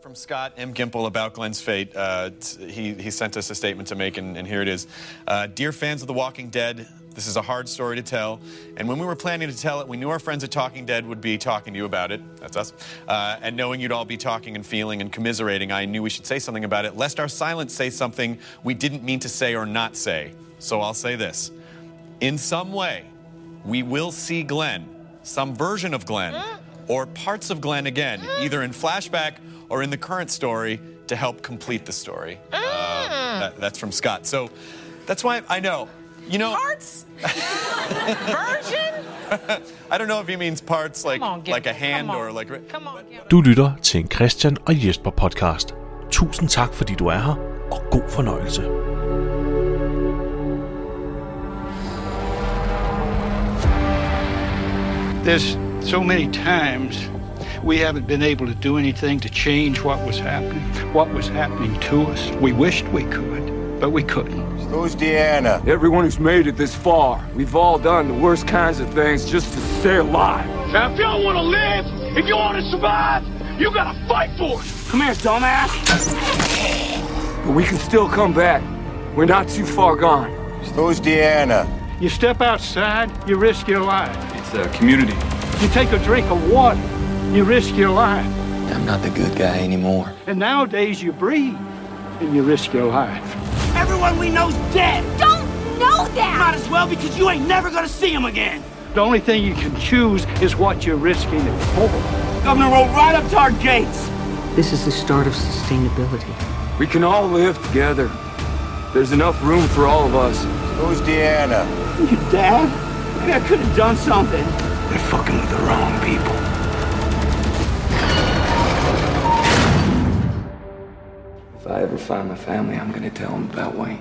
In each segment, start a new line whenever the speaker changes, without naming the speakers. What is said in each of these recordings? From Scott M. Gimple about Glenn's fate. Uh, t- he, he sent us a statement to make, and, and here it is. Uh, Dear fans of The Walking Dead, this is a hard story to tell. And when we were planning to tell it, we knew our friends at Talking Dead would be talking to you about it. That's us. Uh, and knowing you'd all be talking and feeling and commiserating, I knew we should say something about it, lest our silence say something we didn't mean to say or not say. So I'll say this In some way, we will see Glenn, some version of Glenn, or parts of Glenn again, either in flashback or in the current story to help complete the story. Uh,
Ah.
that- that's from Scott. So that's why I know. You know,
Parts? Version?
I don't know if he means parts like
Come on, Gimple.
like a hand
Come on.
or like.
Come on, Gimple.
Du lytter til en Christian og Jesper podcast. Tusind tak, fordi du er her, og god fornøjelse.
There's so many times we haven't been able to do anything to change what was happening, what was happening to us. We wished we could, but we couldn't.
Who's Deanna?
Everyone who's made it this far, we've all done the worst kinds of things just to stay alive. Now, if y'all want to live, if you want to survive, you gotta fight for it. Come here, dumbass. But we can still come back. We're not too far gone.
Who's Deanna?
You step outside, you risk your life.
It's a community.
You take a drink of water, you risk your life.
I'm not the good guy anymore.
And nowadays you breathe and you risk your life.
Everyone we know's dead.
Don't know that!
Might as well because you ain't never gonna see him again.
The only thing you can choose is what you're risking it for.
Governor rode right up to our gates.
This is the start of sustainability.
We can all live together. There's enough room for all of us.
Who's Deanna?
Your dad? Maybe I could have done something.
They're fucking with the wrong people. If I ever find my family, I'm gonna tell them about Wayne.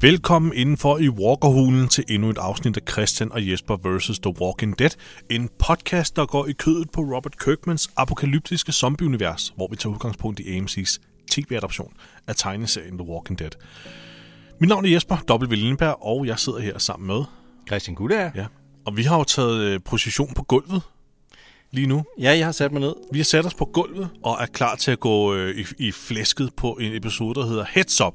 Velkommen indenfor i Walkerhulen til endnu et afsnit af Christian og Jesper vs. The Walking Dead. En podcast, der går i kødet på Robert Kirkmans apokalyptiske zombieunivers, hvor vi tager udgangspunkt i AMC's tv-adoption af tegneserien The Walking Dead. Mit navn er Jesper W. Lindberg, og jeg sidder her sammen med...
Christian Guldager?
Ja. Og vi har jo taget øh, position på gulvet lige nu.
Ja, jeg har sat mig ned.
Vi har sat os på gulvet og er klar til at gå øh, i, i flæsket på en episode, der hedder Heads Up.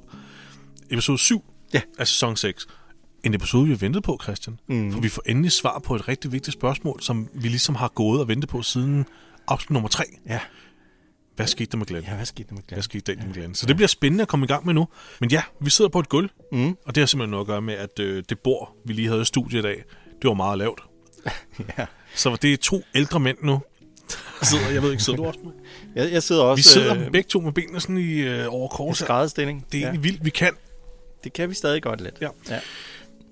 Episode 7
Ja.
af sæson 6. En episode, vi har ventet på, Christian.
Mhm.
Mm. For vi får endelig svar på et rigtig vigtigt spørgsmål, som vi ligesom har gået og ventet på siden afsnit nummer 3.
Ja.
Hvad skete der med Glenn?
Ja, hvad skete der med Glenn?
Hvad skete der med Glenn? Så det bliver spændende at komme i gang med nu. Men ja, vi sidder på et gulv, mm. og det har simpelthen noget at gøre med, at øh, det bord, vi lige havde i studiet i dag, det var meget lavt.
Ja.
Så det er to ældre mænd nu. der Sidder, jeg ved ikke, sidder du også med?
Jeg, jeg sidder også
Vi sidder
øh,
begge to med benene sådan i øh, over
i
kors. her.
skrædderstilling.
Det er
ja.
egentlig vildt, vi kan.
det kan vi stadig godt lidt.
Ja.
ja.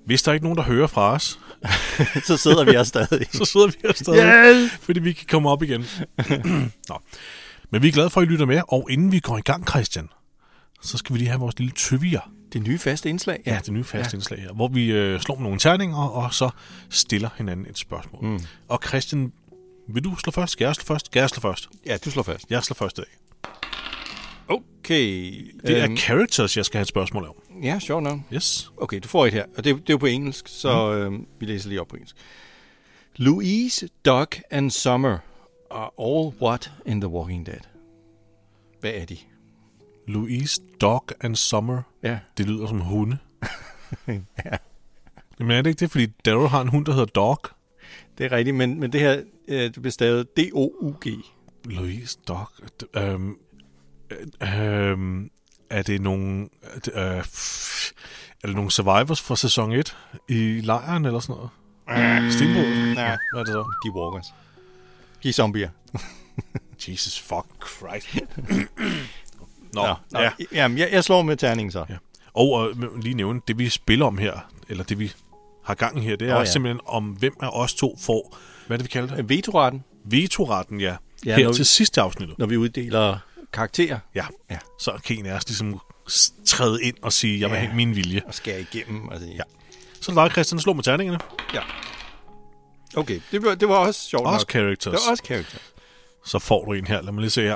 Hvis der er ikke nogen, der hører fra os,
Så sidder vi her stadig.
så sidder vi her stadig,
Hjælp!
fordi vi kan komme op igen. Nå. Men vi er glade for, at I lytter med, og inden vi går i gang, Christian, så skal vi lige have vores lille tyvier.
Det nye faste indslag.
Ja, det nye faste ja. indslag her, hvor vi øh, slår med nogle terninger, og så stiller hinanden et spørgsmål. Mm. Og Christian, vil du slå først? Skal jeg slå først? Skal jeg slå først?
ja, du slår først.
Jeg slår først i dag.
Okay. Øh,
Det er characters, jeg skal have et spørgsmål om.
Ja, sjovt nok.
Yes.
Okay, du får et her. Og det, det er jo på engelsk, så øhm, vi læser lige op på engelsk. Louise, Doug and Summer are all what in The Walking Dead? Hvad er de?
Louise, Dog and Summer.
Ja.
Det lyder som hunde. ja. Men er det ikke det, fordi Daryl har en hund, der hedder Dog?
Det er rigtigt, men, men det her øh, det bliver stavet D-O-U-G.
Louise, Dog... d- Øhm, øh, øhm, er det nogle... er det, Øh, pff, er det nogle survivors fra sæson 1 i lejren eller sådan noget? Stenbrud?
Mm, Nej.
Hvad er det så?
De er walkers. De er zombier.
Jesus fuck Christ. Nå,
Nå, nå,
ja.
Jamen, jeg, jeg slår med terningen så.
Ja. Og øh, lige nævne, det vi spiller om her, eller det vi har gang i her, det er
Nå,
oh,
ja.
ja. simpelthen om, hvem af os to får, hvad er det, vi kalder det?
Øh, Vetoretten,
Vetoretten, ja.
Ja,
ja her
når vi-
til sidste afsnittet.
når vi uddeler karakterer
Ja.
Ja.
ja. Så kan en af os ligesom s- træde ind og sige, jeg vil
Ja.
have min vilje.
og skærer igennem. Altså, ja.
Så er det dig, Christian, slå med terningerne.
ja. Okay, det var, det var også sjovt
Også
nok.
characters.
Det var også character.
Så får du en her. Lad mig lige se her.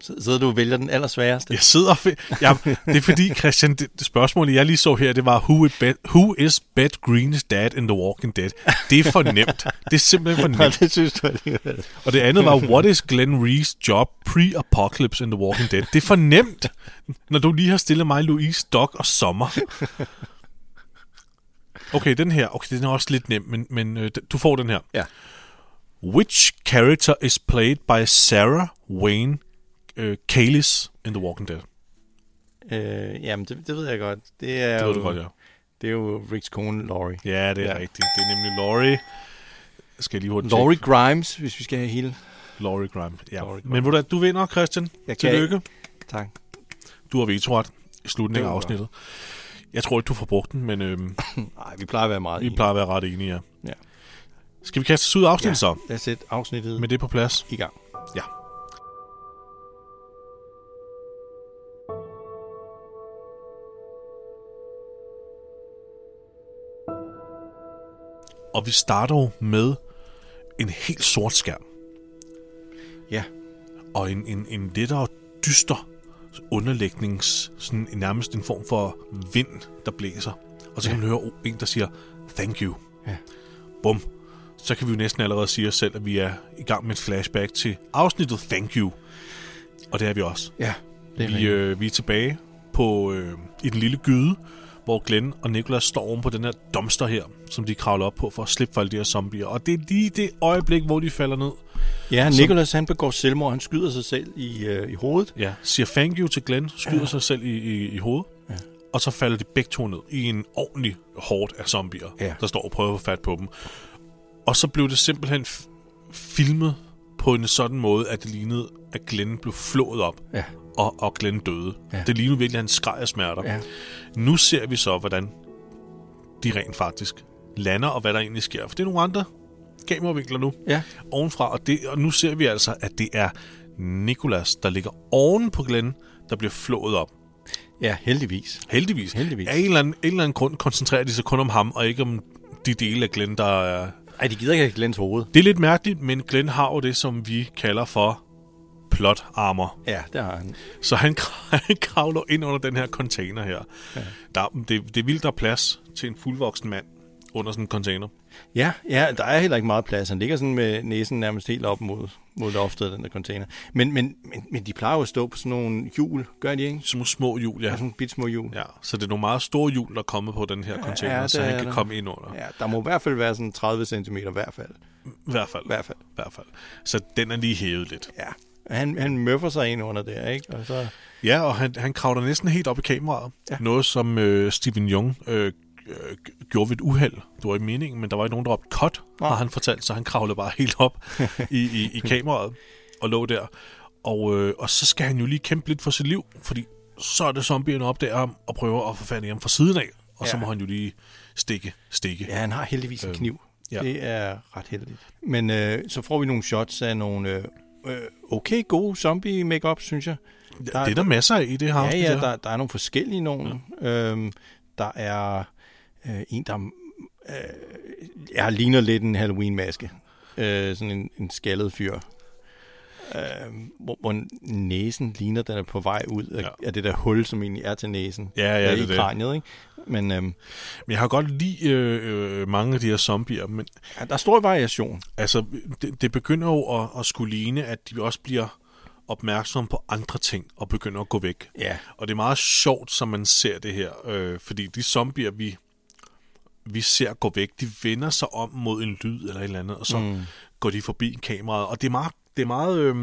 Sidder du og vælger den allersværeste?
Jeg sidder og... fe- Jeg, det er fordi, Christian, det, det spørgsmål, jeg lige så her, det var, who is, Beth, who is Beth Green's dad in The Walking Dead? Det er for nemt. Det er simpelthen for
Nej,
nemt.
det synes du alligevel.
Og det andet var, what is Glenn Ree's job pre-apocalypse in The Walking Dead? Det er for nemt, når du lige har stillet mig Louise, Doc og Sommer. Okay, den her. Okay, den er også lidt nem, men, men øh, d- du får den her.
Ja.
Which character is played by Sarah Wayne øh, Callis in The Walking Dead?
Øh, jamen, det, det ved jeg godt. Det er
Det
jo,
ved du godt, ja.
Det er jo Ricks kone, Laurie.
Ja, det er ja. rigtigt. Det er nemlig Laurie. Skal jeg lige hurtigt
Laurie Grimes, hvis vi skal have hele.
tjekke? Laurie Grimes. Ja.
Laurie Grimes.
Men ved du, hvad, du vinder, Christian.
Jeg kan-
Tillykke.
Tak.
Du har vetoret i slutningen af
Det var
afsnittet. Jeg tror ikke, du får brugt den, men øhm,
Nej, vi plejer at være meget
vi
enige.
plejer at være ret enige, ja.
Ja.
Skal vi kaste os ud af afsnittet ja. så?
Lad os sætte afsnittet
Med det på plads?
i gang.
Ja. Og vi starter jo med en helt sort skærm.
Ja.
og en, en, en lettere dyster underlægnings, sådan en- nærmest en form for vind, der blæser. Og så kan man høre oh, en, der siger, thank you.
Ja.
Bum. Så kan vi jo næsten allerede sige os selv, at vi er i gang med et flashback til afsnittet Thank You. Og det er vi også.
Ja. Det er
Vi, øh, vi er tilbage på øh, i den lille gyde, hvor Glenn og Nicholas står oven på den her domster her, som de kravler op på for at slippe for alle de her zombier. Og det er lige det øjeblik, hvor de falder ned.
Ja, Nicholas han begår selvmord. Han skyder sig selv i, øh, i hovedet.
Ja, siger thank you til Glenn, skyder ja. sig selv i, i, i hovedet, ja. og så falder de begge to ned i en ordentlig horde af zombier,
Ja.
der står og prøver at få fat på dem. Og så blev det simpelthen f- filmet på en sådan måde, at det lignede, at Glenn blev flået op,
Ja.
og, og Glenn døde.
Ja.
Det lignede virkelig, at han skreg af smerter.
Ja.
Nu ser vi så, hvordan de rent faktisk lander, og hvad der egentlig sker. For det er nogle andre kameravinkler nu
Ja.
ovenfra, og, det, og nu ser vi altså, at det er Nikolas, der ligger oven på Glenn, der bliver flået op.
Ja, heldigvis.
Heldigvis.
Heldigvis.
Af en eller, anden, en eller anden grund koncentrerer de sig kun om ham, og ikke om de dele af Glenn, der er...
Ej, de gider ikke have Glens hoved.
Det er lidt mærkeligt, men Glenn har jo det, som vi kalder for plot armor.
Ja, der har han.
Så han, han kravler ind under den her container her. Ja. Der, det, det er vildt, der er plads til en fuldvoksen mand under sådan en container.
Ja, ja, der er heller ikke meget plads. Han ligger sådan med næsen nærmest helt op mod, mod loftet af den der container. Men, men, men, men de plejer jo at stå på sådan nogle hjul, gør de ikke?
Små, små hjul,
Ja,
ja.
sådan nogle bit små hjul.
ja. Så det er nogle meget store hjul, der er kommet på den her container, ja,
det
så han
er
kan
der.
komme ind under.
Ja, der må i hvert fald være sådan 30 cm i hvert fald.
I hvert fald.
hvert fald.
I hvert fald. Så den er lige hævet lidt.
Ja. Han, han møffer sig ind under der, ikke? Og så,
Ja, og han, han kravler næsten helt op i kameraet. Ja.
Ja.
Noget, som øh, Steven Jung øh, øh, gjorde ved et uheld. Det var ikke meningen, men der var ikke nogen, der råbte cut,
Nej.
har han fortalt, så han kravlede bare helt op i, i, i kameraet og lå der. Og, øh, og så skal han jo lige kæmpe lidt for sit liv, fordi så er det zombierne opdager ham og prøver at få fat i ham fra siden af. Og ja. så
Ja.
må han jo lige stikke, stikke.
ja, han har heldigvis en kniv.
Øhm, ja.
Ja. Det er ret heldigt. Men øh, så får vi nogle shots af nogle øh, øh, okay gode zombie makeup synes jeg. Der,
det er der masser af i det her
ja,
afsnit
ja,
her.
der, der er nogle forskellige nogen. Ja. Øhm, der er øh, en, der øh, jeg ligner lidt en Halloween-maske. Øh, sådan en, en skaldet fyr. Øh, hvor, hvor næsen ligner, den er på vej ud af,
Ja.
ja. af det der hul, som egentlig er til næsen.
Ja, ja,
Øh,
det er
I
det.
kraniet, ikke? Men øhm,
Men jeg har godt lide øh, øh, mange af de her zombier, men
ja, der er stor variation.
altså, det, det begynder jo at, at skulle ligne, at de også bliver opmærksomme på andre ting og begynder at gå væk.
Ja.
Og det er meget sjovt, som man ser det her, øh, fordi de zombier, vi, vi ser gå væk, de vender sig om mod en lyd eller et eller andet, og så mm. går de forbi kameraet. Og det er meget, det er meget, øh,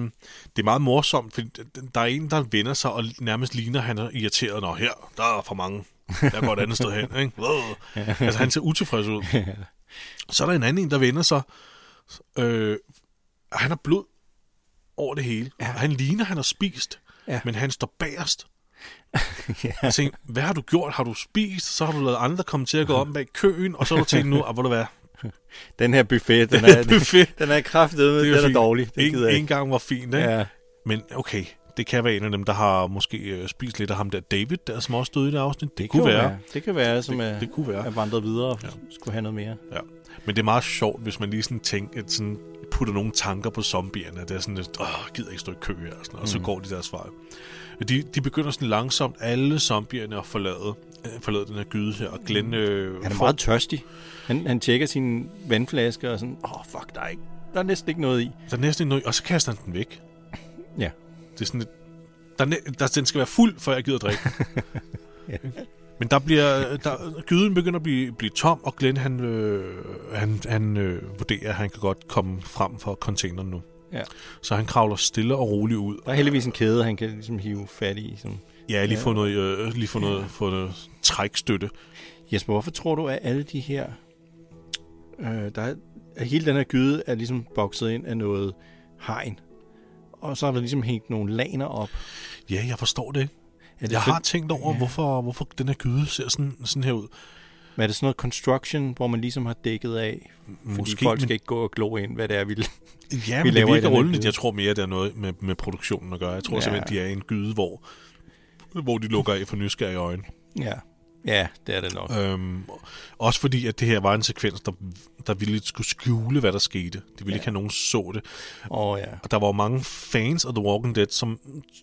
det er meget morsomt, fordi der er en, der vender sig og nærmest ligner, han er irriteret, når her, der er for mange. Jeg går et andet sted hen. Ikke? Øh. Altså, han ser utilfreds ud. Så er der en anden en, der vender sig. Øh, han har blod over det hele. Ja. Han ligner, han har spist, ja.
Ja.
men han står bagerst. ja. Jeg tænkte, hvad har du gjort? Har du spist? Så har du lavet andre komme til at gå om bag køen, og så har du tænkt nu, ah, hvor du hvad?
Den her buffet, den er,
buffet.
den er kraftedeme,
jo
den er
fint.
dårlig. Det
en,
gider jeg
En
ikke.
gang var fint, ikke?
Ja.
Men okay, det kan være en af dem, der har måske øh, spist lidt af ham der David, der som også døde i det afsnit. Det, det kunne
jo
være.
Det kan være, som det, er,
det kunne være.
er vandret videre og ja. skulle have noget mere.
Ja. Men det er meget sjovt, hvis man lige sådan tænker, at sådan putter nogle tanker på zombierne. Det er sådan lidt, åh, gider ikke stå i kø her, og, sådan, mm. og så
Mm.
går de deres vej. De, de begynder sådan langsomt, alle zombierne at forlade, øh, forlade den her gyde her, og Glenn... Øh,
Han Mm. er
får-
meget tørstig. Han, han tjekker sine vandflasker og sådan, åh, oh, fuck, der er, ikke, der er næsten ikke noget i.
Der er næsten ikke noget i, og så kaster han den væk.
Ja.
Det er sådan lidt, der, er næ- der, den skal være fuld, før jeg gider drikke. Men der bliver, der, gyden begynder at blive, blive tom, og Glenn han, øh, han, han øh, vurderer, at han kan godt komme frem for containeren nu.
Ja.
Så han kravler stille og roligt ud.
Der er heldigvis en kæde, han kan ligesom hive fat i. Som,
Ja, lige få noget, øh, lige få noget, få noget trækstøtte.
Jesper, hvorfor tror du, at alle de her... Øh, der er, at hele den her gyde er ligesom bokset ind af noget hegn. Og så har der ligesom hængt nogle laner op.
Ja, jeg forstår det.
Er det
jeg
for-
har tænkt over,
Ja.
hvorfor, hvorfor den her gyde ser sådan, sådan her ud.
Men er det sådan noget construction, hvor man ligesom har dækket af? Fordi
Måske,
Måske, folk
men-
skal ikke gå og glo ind, hvad det er, vi,
Ja,
vi
men det
laver i
virker
den her
underligt.
gyde.
Jeg tror mere, det er noget med, med produktionen at gøre. Jeg tror ja.
Ja.
simpelthen, de er i en gyde, hvor, hvor de lukker af for nysgerrige øjne.
Ja. ja, det er det nok.
Øhm, også fordi, at det her var en sekvens, der, der ville skulle skjule, hvad der skete. De ville ja. ikke have nogen så det.
Åh, ja.
Og der var jo mange fans af The Walking Dead, som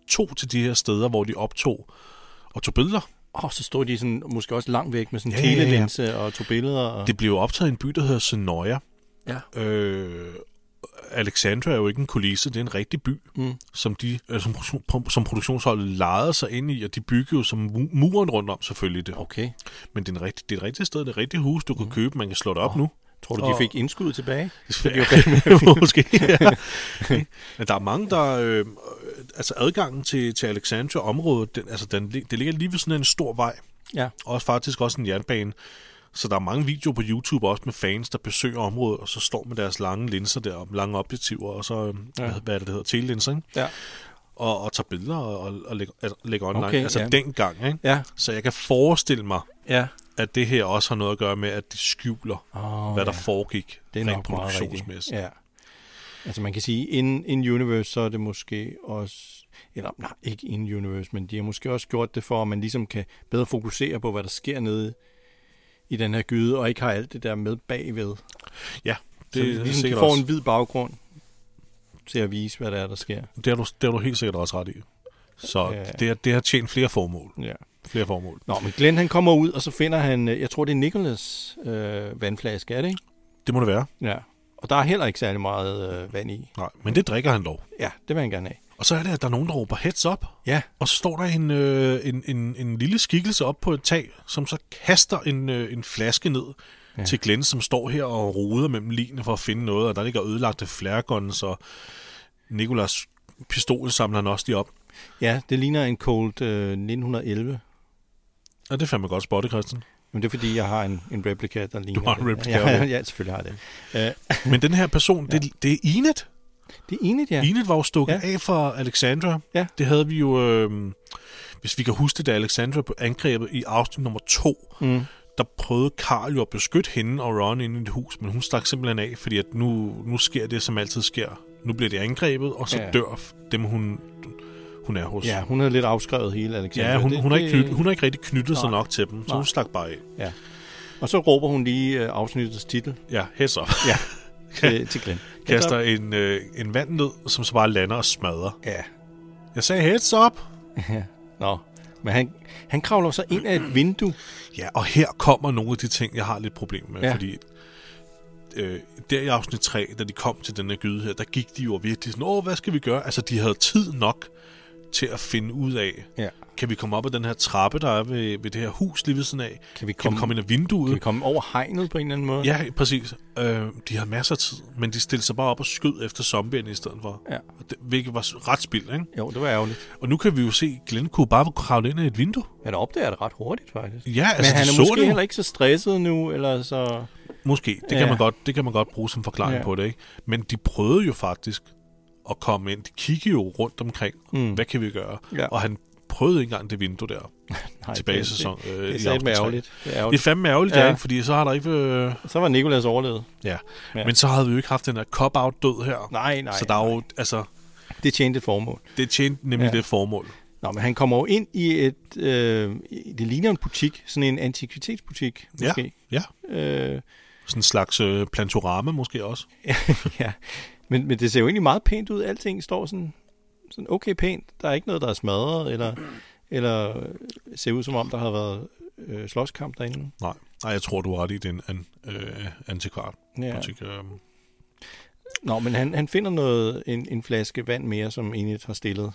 tog til de her steder, hvor de optog og tog billeder.
Og så stod de sådan, måske også langt væk med sådan en
Ja, ja, ja.
telelinse og tog billeder. Og...
Det blev optaget i en by, der hedder Sonoya.
Ja.
Øh, Alexandra er jo ikke en kulisse, det er en rigtig by,
Mm.
som, de, øh, som, produ- som produktionsholdet lejede sig ind i, og de byggede jo som mu- muren rundt om selvfølgelig det.
Okay. Mm.
Men det er, en rigtig, det er et rigtigt sted, det er et rigtigt hus, du kan købe, man kan slå det op oh. nu.
Tror du, de fik indskuddet tilbage?
Det
jo fandme fint.
Måske, ja. Men der er mange, der... Øh, altså adgangen til, til Alexandria-området, den, altså den, lig- det ligger lige ved sådan en stor vej.
Ja.
Og faktisk også en jernbane. Så der er mange videoer på YouTube også med fans, der besøger området, og så står med deres lange linser der, og lange objektiver, og så, ja. hvad, hvad er det, det hedder, telelinser, ikke?
Ja.
Og, og tager billeder og, og, og lægger, altså, lægger online.
Okay,
altså
ja.
dengang, ikke?
Ja.
Så jeg kan forestille mig,
Ja.
at det her også har noget at gøre med, at de skjuler,
Åh,
hvad der
ja.
foregik
Det er
rent
nok meget rigtigt.
produktionsmæssigt.
Ja. Altså man kan sige, in, in universe, så er det måske også, eller nej, ikke in universe, men de har måske også gjort det for, at man ligesom kan bedre fokusere på, hvad der sker nede i den her gyde, og ikke har alt det der med bagved.
Ja,
Det, så
det,
vi ligesom de
sikkert
får
også.
en hvid baggrund til at vise, hvad der er, der sker.
det, har du, det har du helt sikkert også ret i. Så
Ja.
ja. det, har- det har tjent flere formål.
Ja.
Flere formål.
Nå, men Glenn han kommer ud, og så finder han, øh, jeg tror det er Nicholas øh, vandflaske, er det ikke?
Det må det være.
Ja. Og der er heller ikke særlig meget øh, vand i.
Nej, men det drikker han dog.
Ja, det vil han gerne have.
Og så er det, at der er nogen, der råber heads up.
Ja,
Og så står der en, øh, en, en, en lille skikkelse op på et tag, som så kaster en, øh, en flaske ned ja. til Glenn, som står her og roder mellem linene for at finde noget. Og der ligger ødelagte flærguns, og Nikolas pistol samler han også lige op.
ja det ligner en Colt øh, 1911.
Og det er fandme godt spottet, Christian.
Men det er fordi, jeg har en, en replika, der ligner
har en
det.
replika,
ja,
okay.
ja, selvfølgelig har jeg det. Uh,
Men den her person, ja. det, det er Inet.
det er enigt, ja.
Enid var jo stukket ja.
Ja.
af fra Alexandra.
Ja.
Det havde vi jo, øh, hvis vi kan huske det, da Alexandra blev angrebet i afsnit nummer to, mm. der prøvede Karl jo at beskytte hende og Ron inde i et hus, men hun stak simpelthen af, fordi at nu, nu sker det, som altid sker. Nu bliver det angrebet, og så ja.
Ja.
dør dem, hun, hun er hos.
Ja, hun har lidt afskrevet hele Alexander.
ja hun,
Det-
hun, har ikke
det-
knyt, hun har ikke rigtig knyttet sig
Nej.
nok til dem, så
Nej.
hun stak bare af.
Ja. Og så råber hun lige øh, afsnittets titel
Ja, heads up.
ja. til, til Glenn.
Kaster en, øh, en vand ned, som så bare lander og smadrer.
Ja.
Jeg sagde heads up!
Nå. Men han, han kravler så ind af et vindue.
Ja, og her kommer nogle af de ting, jeg har lidt problemer med, ja.
Ja.
fordi øh, der i afsnit 3, da de kom til den her gyde her, der gik de jo virkelig sådan, åh, hvad skal vi gøre? Altså, de havde tid nok til at finde ud af,
Ja.
kan vi komme op ad den her trappe, der er ved, ved det her hus lige ved siden af?
Kan vi
kan vi
komme-
komme ind ad vinduet?
Kan vi komme over hegnet på en eller anden måde?
Ja, præcis. Øh, de havde masser af tid, men de stillede sig bare op og skød efter zombierne i stedet for.
Ja.
Og Det, hvilket var s- ret spild, ikke?
Jo, det var ærgerligt.
Og nu kan vi jo se, at Glenn kunne bare kravle ind i et vindue.
Han opdager det ret hurtigt, faktisk.
Ja,
Men
altså,
han
de
er
så
måske
det jo.
heller ikke så stresset nu, eller så...
Måske. Det, ja. kan
Ja.
man godt, det kan man godt bruge som forklaring ja.
Ja.
på det, ikke? Men de prøvede jo faktisk at komme ind. De kiggede jo rundt omkring. Mm. Hvad kan vi gøre?
Ja.
Og han prøvede ikke engang det vindue der.
Nej,
Tilbage i
det-
sæson,
Det,
øh,
det,
i
det er satme
afsnit tre.
ærgerligt. Det er
Det er
ærgerligt.
fandme ærgerligt, ja.
Ja.
ikke? Fordi så har der ikke... Øh,
Så var Nikolas overlevet.
ja. ja.
Ja.
Men så havde vi jo ikke haft den her cop-out-død her.
Nej, nej,
Så der er jo...
nej.
Altså,
Det tjente et formål.
det tjente nemlig ja.
Ja.
det formål.
Nå, men han kommer jo ind i et... Øh, i- det ligner en butik, sådan en antikvitetsbutik, måske.
Ja. ja.
Øh,
Sådan en slags øh, plantorama måske også.
ja, men, men det ser jo egentlig meget pænt ud. Alting står sådan, sådan okay pænt. Der er ikke noget, der er smadret, eller, eller ser ud som om, der har været øh, slåskamp derinde.
Nej, Nej jeg tror, du har ret i den an, øh, antikvart.
Ja.
Butik, øh.
Nå, men han, han finder noget, en, en flaske vand mere, som Enid har stillet.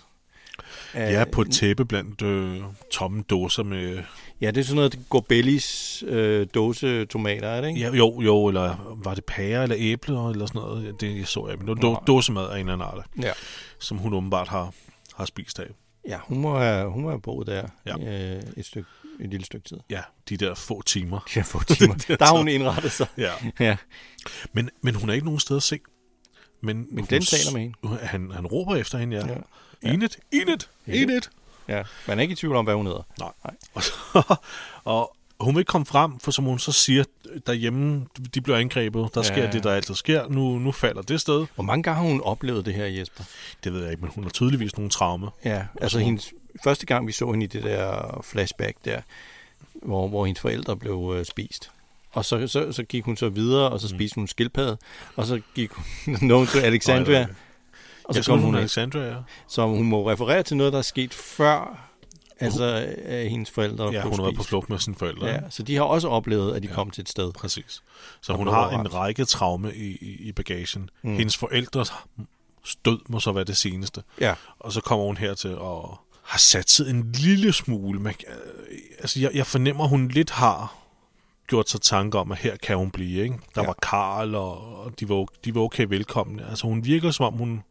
Ja, på et tæppe blandt øh, tomme dåser med...
Ja, det er sådan noget Gorbellis øh, dåse tomater, er det ikke?
Ja, jo, jo, eller var det pære eller æbler eller sådan noget? Ja, Det så jeg, men det var då- dåsemad af en eller anden art,
Ja.
som hun åbenbart har, har spist af.
Ja, hun må have, hun må have boet der
Ja.
ja. øh, et, stykke, et lille stykke tid.
Ja, de der få timer.
Ja, få timer.
Det-
Der har hun indrettet sig.
Ja.
ja.
Men, men hun er ikke nogen sted at se. Men, men
Glenn taler med hende.
Han, han råber efter hende, ja.
Ja.
ja. Enid, Enid, Enid.
ja. Man er ikke i tvivl om, hvad hun hedder.
Nej. Og, så, og hun vil ikke komme frem, for som hun så siger, derhjemme, de bliver angrebet, der ja. sker det, der altid sker, nu, nu falder det sted.
Hvor mange gange har hun oplevet det her, Jesper?
Det ved jeg ikke, men hun har tydeligvis nogle traume.
Ja, altså hendes, første gang, vi så hende i det der flashback der, hvor, hvor hendes forældre blev øh, spist. Og så, så, så gik hun så videre, og så
Mm.
spiste hun skildpadde, og så gik hun nogen til
Nej,
Alexandria,
nej, nej.
og
Jeg
så
tror,
kom
hun
hun
er
ind.
Alexandra, ja.
Så hun må referere til noget, der er sket før, altså at hendes forældre
ja
blev
hun har været på
spist.
flugt med sine forældre. Ja.
Ja, så de har også oplevet, at de ja. kom til et sted.
Præcis. Så
Og
hun
blev
har en
ramt.
række traume i, i, i bagagen. Mm. Hendes forældres stød må så være det seneste.
Ja.
Og så kommer hun hertil og har sat sig en lille smule. Man, øh, altså, jeg, jeg fornemmer, hun lidt har gjort sig tanker om, at her kan hun blive. Ikke? Der
Ja.
ja. var Karl, og, og de, var, o- de var okay velkomne. Altså, hun virker, som om hun,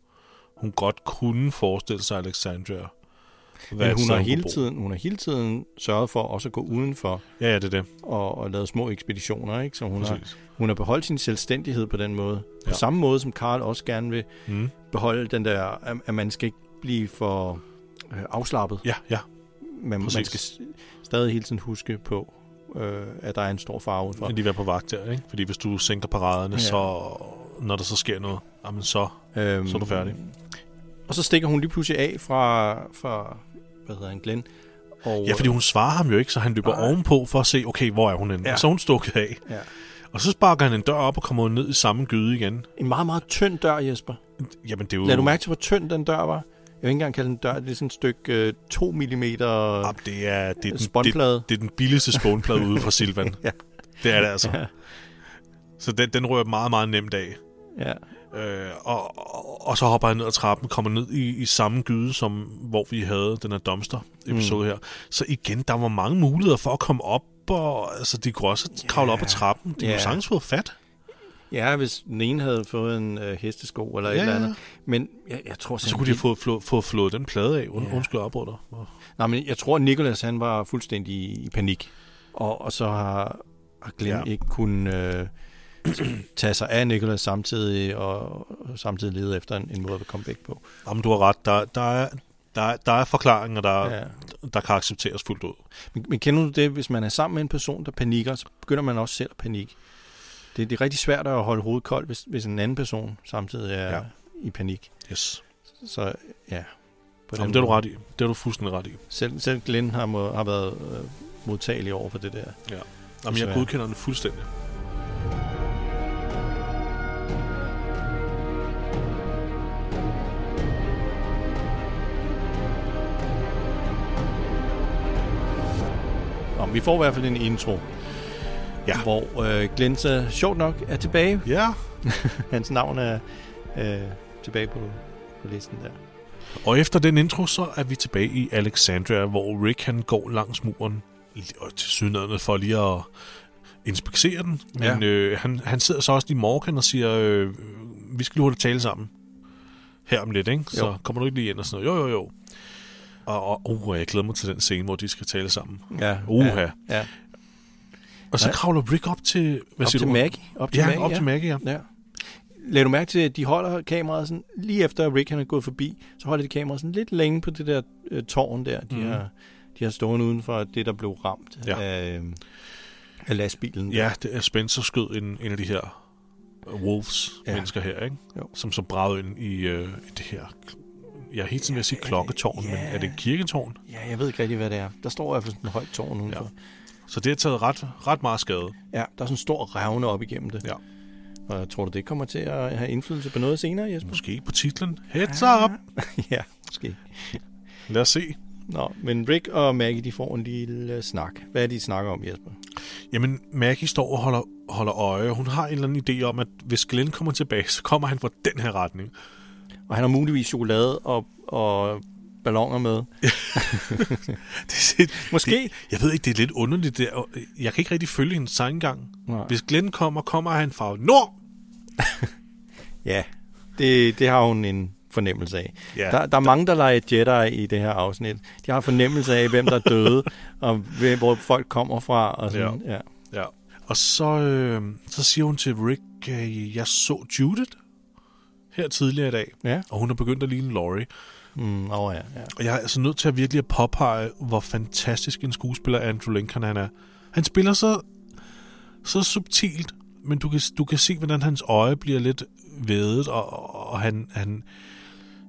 hun godt kunne forestille sig Alexandria.
Men hun har, hele
bo.
tiden, hun har hele tiden sørget for også at gå udenfor
Ja, ja, det er det.
og, og lavet små ekspeditioner, ikke? Så hun
Præcis.
har, hun har beholdt sin selvstændighed på den måde. På
Ja.
samme måde, som Karl også gerne vil
Mm.
beholde den der, at, at man skal ikke blive for øh, afslappet.
Ja, ja.
Man, man
præcis.
skal s- stadig hele tiden huske på, øh, at der er en stor farve udenfor.
Men de være på vagt der, ikke? Fordi hvis du sænker paraderne,
Ja.
ja. så når der så sker noget, jamen så,
Øhm,
så er du færdig.
Og så stikker hun lige pludselig af fra, fra hvad hedder han, Glenn. Og,
Ja, fordi hun svarer ham jo ikke, så han løber
Nej.
Nej. ovenpå for at se, okay, hvor er hun henne?
Ja.
Ja. Og så er hun stukket af.
Ja.
Og så sparker han en dør op og kommer ned i samme gyde igen.
En meget, meget tynd dør, Jesper.
Jamen, det er jo...
Lad du mærke til, hvor tynd den dør var? Jeg vil ikke engang kalde den dør. Det er sådan et stykke øh, 2 mm.
Ja, det er, det er, den,
Spånplade.
det, det er den billigste spånplade ude fra Silvan.
Ja.
Det er det altså. Så den, den rører meget, meget nemt af.
Ja.
Øh, og, og, og så hopper han ned ad trappen, kommer ned i, i samme gyde, som hvor vi havde den her dumpster-episode mm. her. Så igen, der var mange muligheder for at komme op, og altså, de kunne også kravle op ad trappen. De yeah.
Ja.
kunne sagtens fået fat.
ja, hvis den ene havde fået en øh, hestesko eller ja, et
Ja,
eller
ja.
andet. Men jeg, jeg tror
Så kunne de have fået flå, få flået den plade af. Und,
Ja.
yeah. Undskyld, opråder.
Nej, men jeg tror, Nikolas han var fuldstændig i panik. Og, og så har, har Glenn ja.
Ja.
ikke kunnet øh, tage sig af Nikolas samtidig, og, og samtidig lede efter en, en måde at komme væk på.
Jamen, du har ret. Der, der, er, der, er, der er forklaringer, der,
Ja.
yeah. der kan accepteres fuldt ud.
Men, men kender du det, hvis man er sammen med en person, der panikker, så begynder man også selv at panikke. Det, det er rigtig svært at holde hovedet koldt, hvis, hvis en anden person samtidig er ja.
Ja.
i panik.
Yes.
Så ja. På den
Jamen, det er du
måde.
ret i. Det er du fuldstændig ret i.
Selv, selv Glenn har, må, har været øh, modtagelig over for det der.
Ja. Jamen,
Desværre.
jeg godkender den fuldstændig.
Nå, men vi får i hvert fald en intro,
Ja.
hvor øh, Glenn så sjovt nok er tilbage.
Ja.
Hans navn er øh, tilbage på, på listen der.
Og efter den intro, så er vi tilbage i Alexandria, hvor Rick han går langs muren li- og til sydlandet for lige at inspektere den. Men
Ja.
ja. øh, han, han sidder så også i morgen og siger, øh, vi skal lige hurtigt tale sammen her om lidt, ikke? Så
Jo.
kommer du ikke lige ind og sådan noget. Jo, jo, jo. Og, og uh, jeg glæder mig til den scene, hvor de skal tale sammen.
Ja,
Uha.
ja, ja.
Og så
Nej.
kravler Rick op til... Hvad
Op
siger
til
du?
Maggie. Op til
ja,
Maggie,
op
ja.
til Maggie, ja.
Ja. Lad du mærke til, at de holder kameraet sådan, lige efter Rick han er gået forbi, så holder de kameraet sådan lidt længe på det der øh, tårn der, de, mm. har, de har stående uden for det, der blev ramt ja.
Ja.
af, øh, af lastbilen. der.
Ja, det er Spencer skød en, en af de her Wolves
Ja.
ja. mennesker her, ikke?
Jo.
Som så bragede ind i, øh, i det her... kl- Jeg er helt sådan ved at sige klokketårn,
ja.
men er det et kirketårn?
ja, jeg ved ikke rigtig, hvad det er. Der står i hvert fald sådan et højt tårn udenfor. Ja.
Så det har taget ret, ret meget skade.
Ja, der er sådan en stor revne op igennem det.
Ja.
Og tror du, det kommer til at have indflydelse på noget senere, Jesper?
Måske på titlen. Heads up!
ja, måske.
Lad os se.
Nå, men Rick og Maggie, de får en lille snak. Hvad er det, de snakker om, Jesper?
Jamen, Maggie står og holder, holder øje. Hun har en eller anden idé om, at hvis Glenn kommer tilbage, så kommer han fra den her retning.
Og han har muligvis chokolade og, og ballonger med.
Det er, lidt-
Måske.
Det, jeg ved ikke, det er lidt underligt. Det er, og jeg kan ikke rigtig følge hendes tankegang.
Nej.
Hvis Glenn kommer, kommer han fra nord.
Ja, det, det har hun en fornemmelse af.
Ja.
der, der er mange, der leger Jedi i det her afsnit. De har en fornemmelse af, hvem der er døde, og hvem, hvor folk kommer fra. Og sådan. Ja. Ja.
Ja. Og så, øh, så siger hun til Rick, øh, jeg så Judith her tidligere i dag,
Ja.
og hun er begyndt at ligne Laurie.
Mm, oh, ja, ja.
Og jeg er altså nødt til at virkelig at påpege, hvor fantastisk en skuespiller Andrew Lincoln han er. Han spiller så, så subtilt, men du kan, du kan se, hvordan hans øje bliver lidt vedet, og, og og han, han,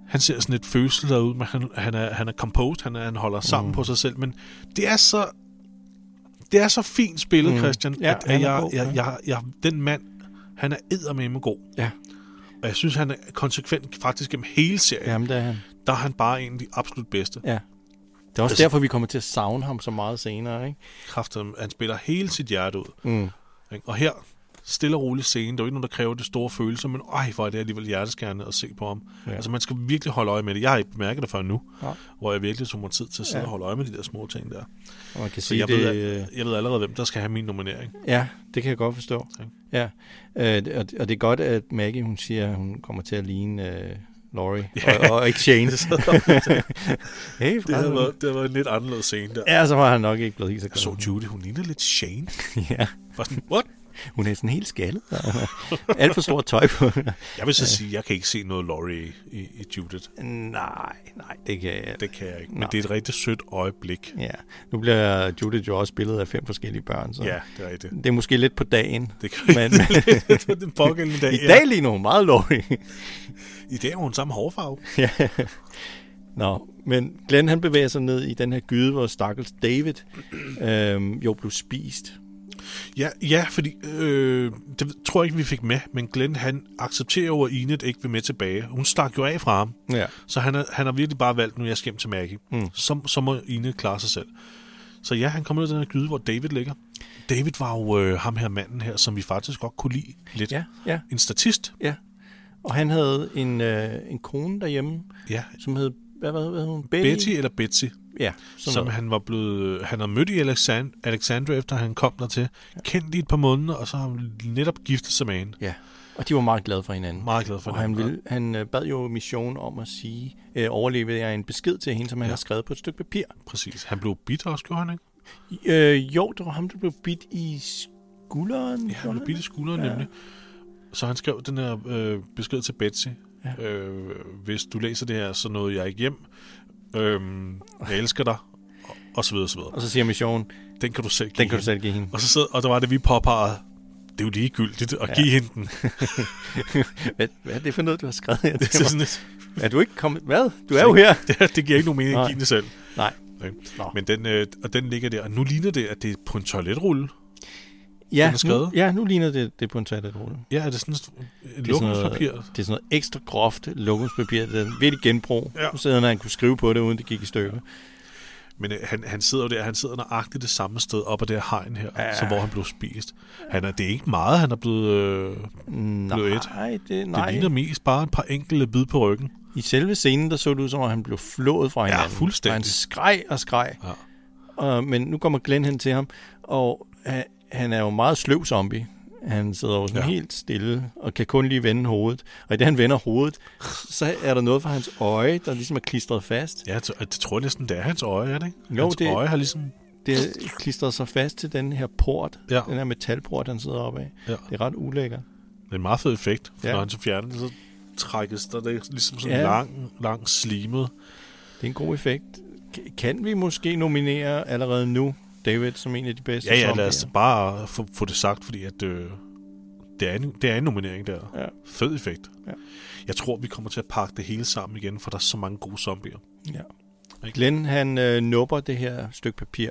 han ser sådan lidt følelser ud, men han, han, er, han er composed, han, er, han holder sammen mm. på sig selv, men det er så det er så fint spillet, mm. Christian,
Ja,
at, at
han er
jeg,
god,
jeg,
ja.
jeg, jeg, den mand, han er eddermame god.
ja.
Og jeg synes, han er konsekvent faktisk gennem hele serien.
Jamen, det er han.
Der er han bare en af de absolut bedste.
Ja. Det er også
Altså-
derfor, vi kommer til at savne ham så meget senere. Ikke?
kraften. Han spiller hele sit hjerte ud. Mm. Og her, stille og rolig scene. Der er jo ikke nogen, der kræver det store følelser, men ej, hvor er det alligevel hjerteskærende at se på ham. Ja. Altså, man skal virkelig holde øje med det. Jeg har ikke bemærket det før nu, ja. hvor jeg virkelig tog mig tid til at sidde ja. og holde øje med de der små ting der.
Og man kan
Så
sige,
jeg, det... øh,
det,
ved, al- jeg ved allerede, hvem der skal have min nominering.
Ja, det kan jeg godt forstå. Ja. Øh, og, og det er godt, at Maggie, hun siger, at hun kommer til at ligne øh, Laurie
Ja.
og, og ikke Shane. hey,
Det
det
havde, været, det havde været en lidt anderledes scene der.
Ja, så var han nok ikke blevet helt så
Jeg
glad.
så Judy, hun ligner lidt Shane.
Ja.
Var sådan, what?
Hun er sådan helt skaldet. og hun har Alt for stort tøj på.
Jeg vil så sige, jeg kan ikke se noget Laurie i, i, i Judith.
nej, nej, det kan jeg
Det kan jeg ikke. Men
Nej.
det er et rigtig sødt øjeblik.
Ja, nu bliver Judith jo også spillet af fem forskellige børn. Så
Ja, det er rigtigt.
Det er måske lidt på dagen.
Det kan men, det er den pågældende dag.
I
ja.
dag ligner hun meget Laurie.
I dag har hun samme hårfarve.
Ja. Nå, men Glenn han bevæger sig ned i den her gyde, hvor stakkels David øhm, jo blev spist.
Ja, ja fordi øh, det tror jeg ikke, vi fik med, men Glenn han accepterer jo, at Inet ikke vil med tilbage. Hun stak jo af fra ham,
Ja.
så han, er, han har virkelig bare valgt, nu jeg skal hjem til Maggie. Mm. Så, så må Inet klare sig selv. Så ja, han kommer ned i den her gyde, hvor David ligger. David var jo øh, ham her manden her, som vi faktisk godt kunne lide lidt.
Ja, ja.
En statist.
ja. Og han havde en, øh, en kone derhjemme,
Ja.
som hed, hvad, hvad, hvad hed hun? Betty?
Betty eller Betsy,
Ja,
som,
sådan
som
noget.
han var blevet, han har mødt i Alexand- Alexandria, efter han kom dertil. Kendt i et par måneder, og så har han netop giftet sig med hende.
Ja, og de var meget glade for hinanden.
Meget glade for
og han,
hinanden,
ville, han øh, bad jo missionen om at sige, øh, overlevede jeg en besked til hende, som han ja. har skrevet på et stykke papir.
Præcis. Han blev bitter også, gjorde han ikke?
Øh, jo, det var ham, der blev bidt i skulderen.
Ja, han blev bidt i skulderen ja. nemlig. Så han skrev den her øh, besked til Betsy. Ja. Øh, hvis du læser det her, så nåede jeg ikke hjem. Øh, jeg elsker dig. Og, og så videre, og så videre.
Og så siger missionen,
Den kan du selv give
den kan du
hende.
selv give hende.
Og, så sidder, og der var det, vi påpegede. Det er jo ligegyldigt at ja. give hende den.
hvad, hvad er det for noget, du har skrevet her
Det
til
er
mig?
sådan lidt,
Er du ikke kommet? Hvad? Du er jo her.
det, det giver ikke nogen mening at
Nej.
give den selv.
Nej.
Okay.
Nå.
Men den, øh, og den ligger der, og nu ligner det, at det er på en toiletrulle.
Ja,
Den er skrevet.
Nu, ja, nu ligner det, det er på en toiletrulle.
Ja, er det sådan et
Det er sådan noget-
lukkenspapir?
Det er sådan noget ekstra groft lokumspapir. Det er virkelig genbrug.
Ja.
Ja. Nu sidder han, han kunne skrive på det, uden det gik i stykker.
Men øh, han, han sidder jo der, han sidder nøjagtigt det samme sted op ad det her hegn her, ja. så hvor han blev spist. Han er, det er ikke meget, han er blevet, øh, blevet et.
Nej, det,
Det
nej.
ligner mest bare et par enkelte bid på ryggen.
I selve scenen, der så det ud som om, han blev flået fra hinanden.
fuldstændig.
Og han skreg og skreg. Ja. Uh, men nu kommer Glenn hen til ham, og uh, han er jo meget sløv zombie. Han sidder jo sådan
Ja.
ja. helt stille, og kan kun lige vende hovedet. Og i det, han vender hovedet, så er der noget fra hans øje, der ligesom er klistret fast.
Ja, jeg t- jeg tror næsten, det er hans øje, er det ikke?
Jo,
hans
det-
øje har ligesom...
Det er klistret sig fast til den her port,
Ja.
den her metalport, han sidder oppe af.
Ja.
Det er ret ulækkert.
Det er en meget fed effekt, for ja.
Ja.
når han så fjerner det, så trækkes der det er ligesom sådan en
Ja.
lang, lang slimet.
Det er en god effekt. K- Kan vi måske nominere allerede nu David som en af de bedste
Ja, ja,
zombier?
lad os bare få, få det sagt, fordi at, øh, det, er en, det er en nominering der.
Ja.
Fed effekt.
Ja.
Jeg tror, vi kommer til at pakke det hele sammen igen, for der er så mange gode zombier.
Ja. Glenn, han øh, nupper det her stykke papir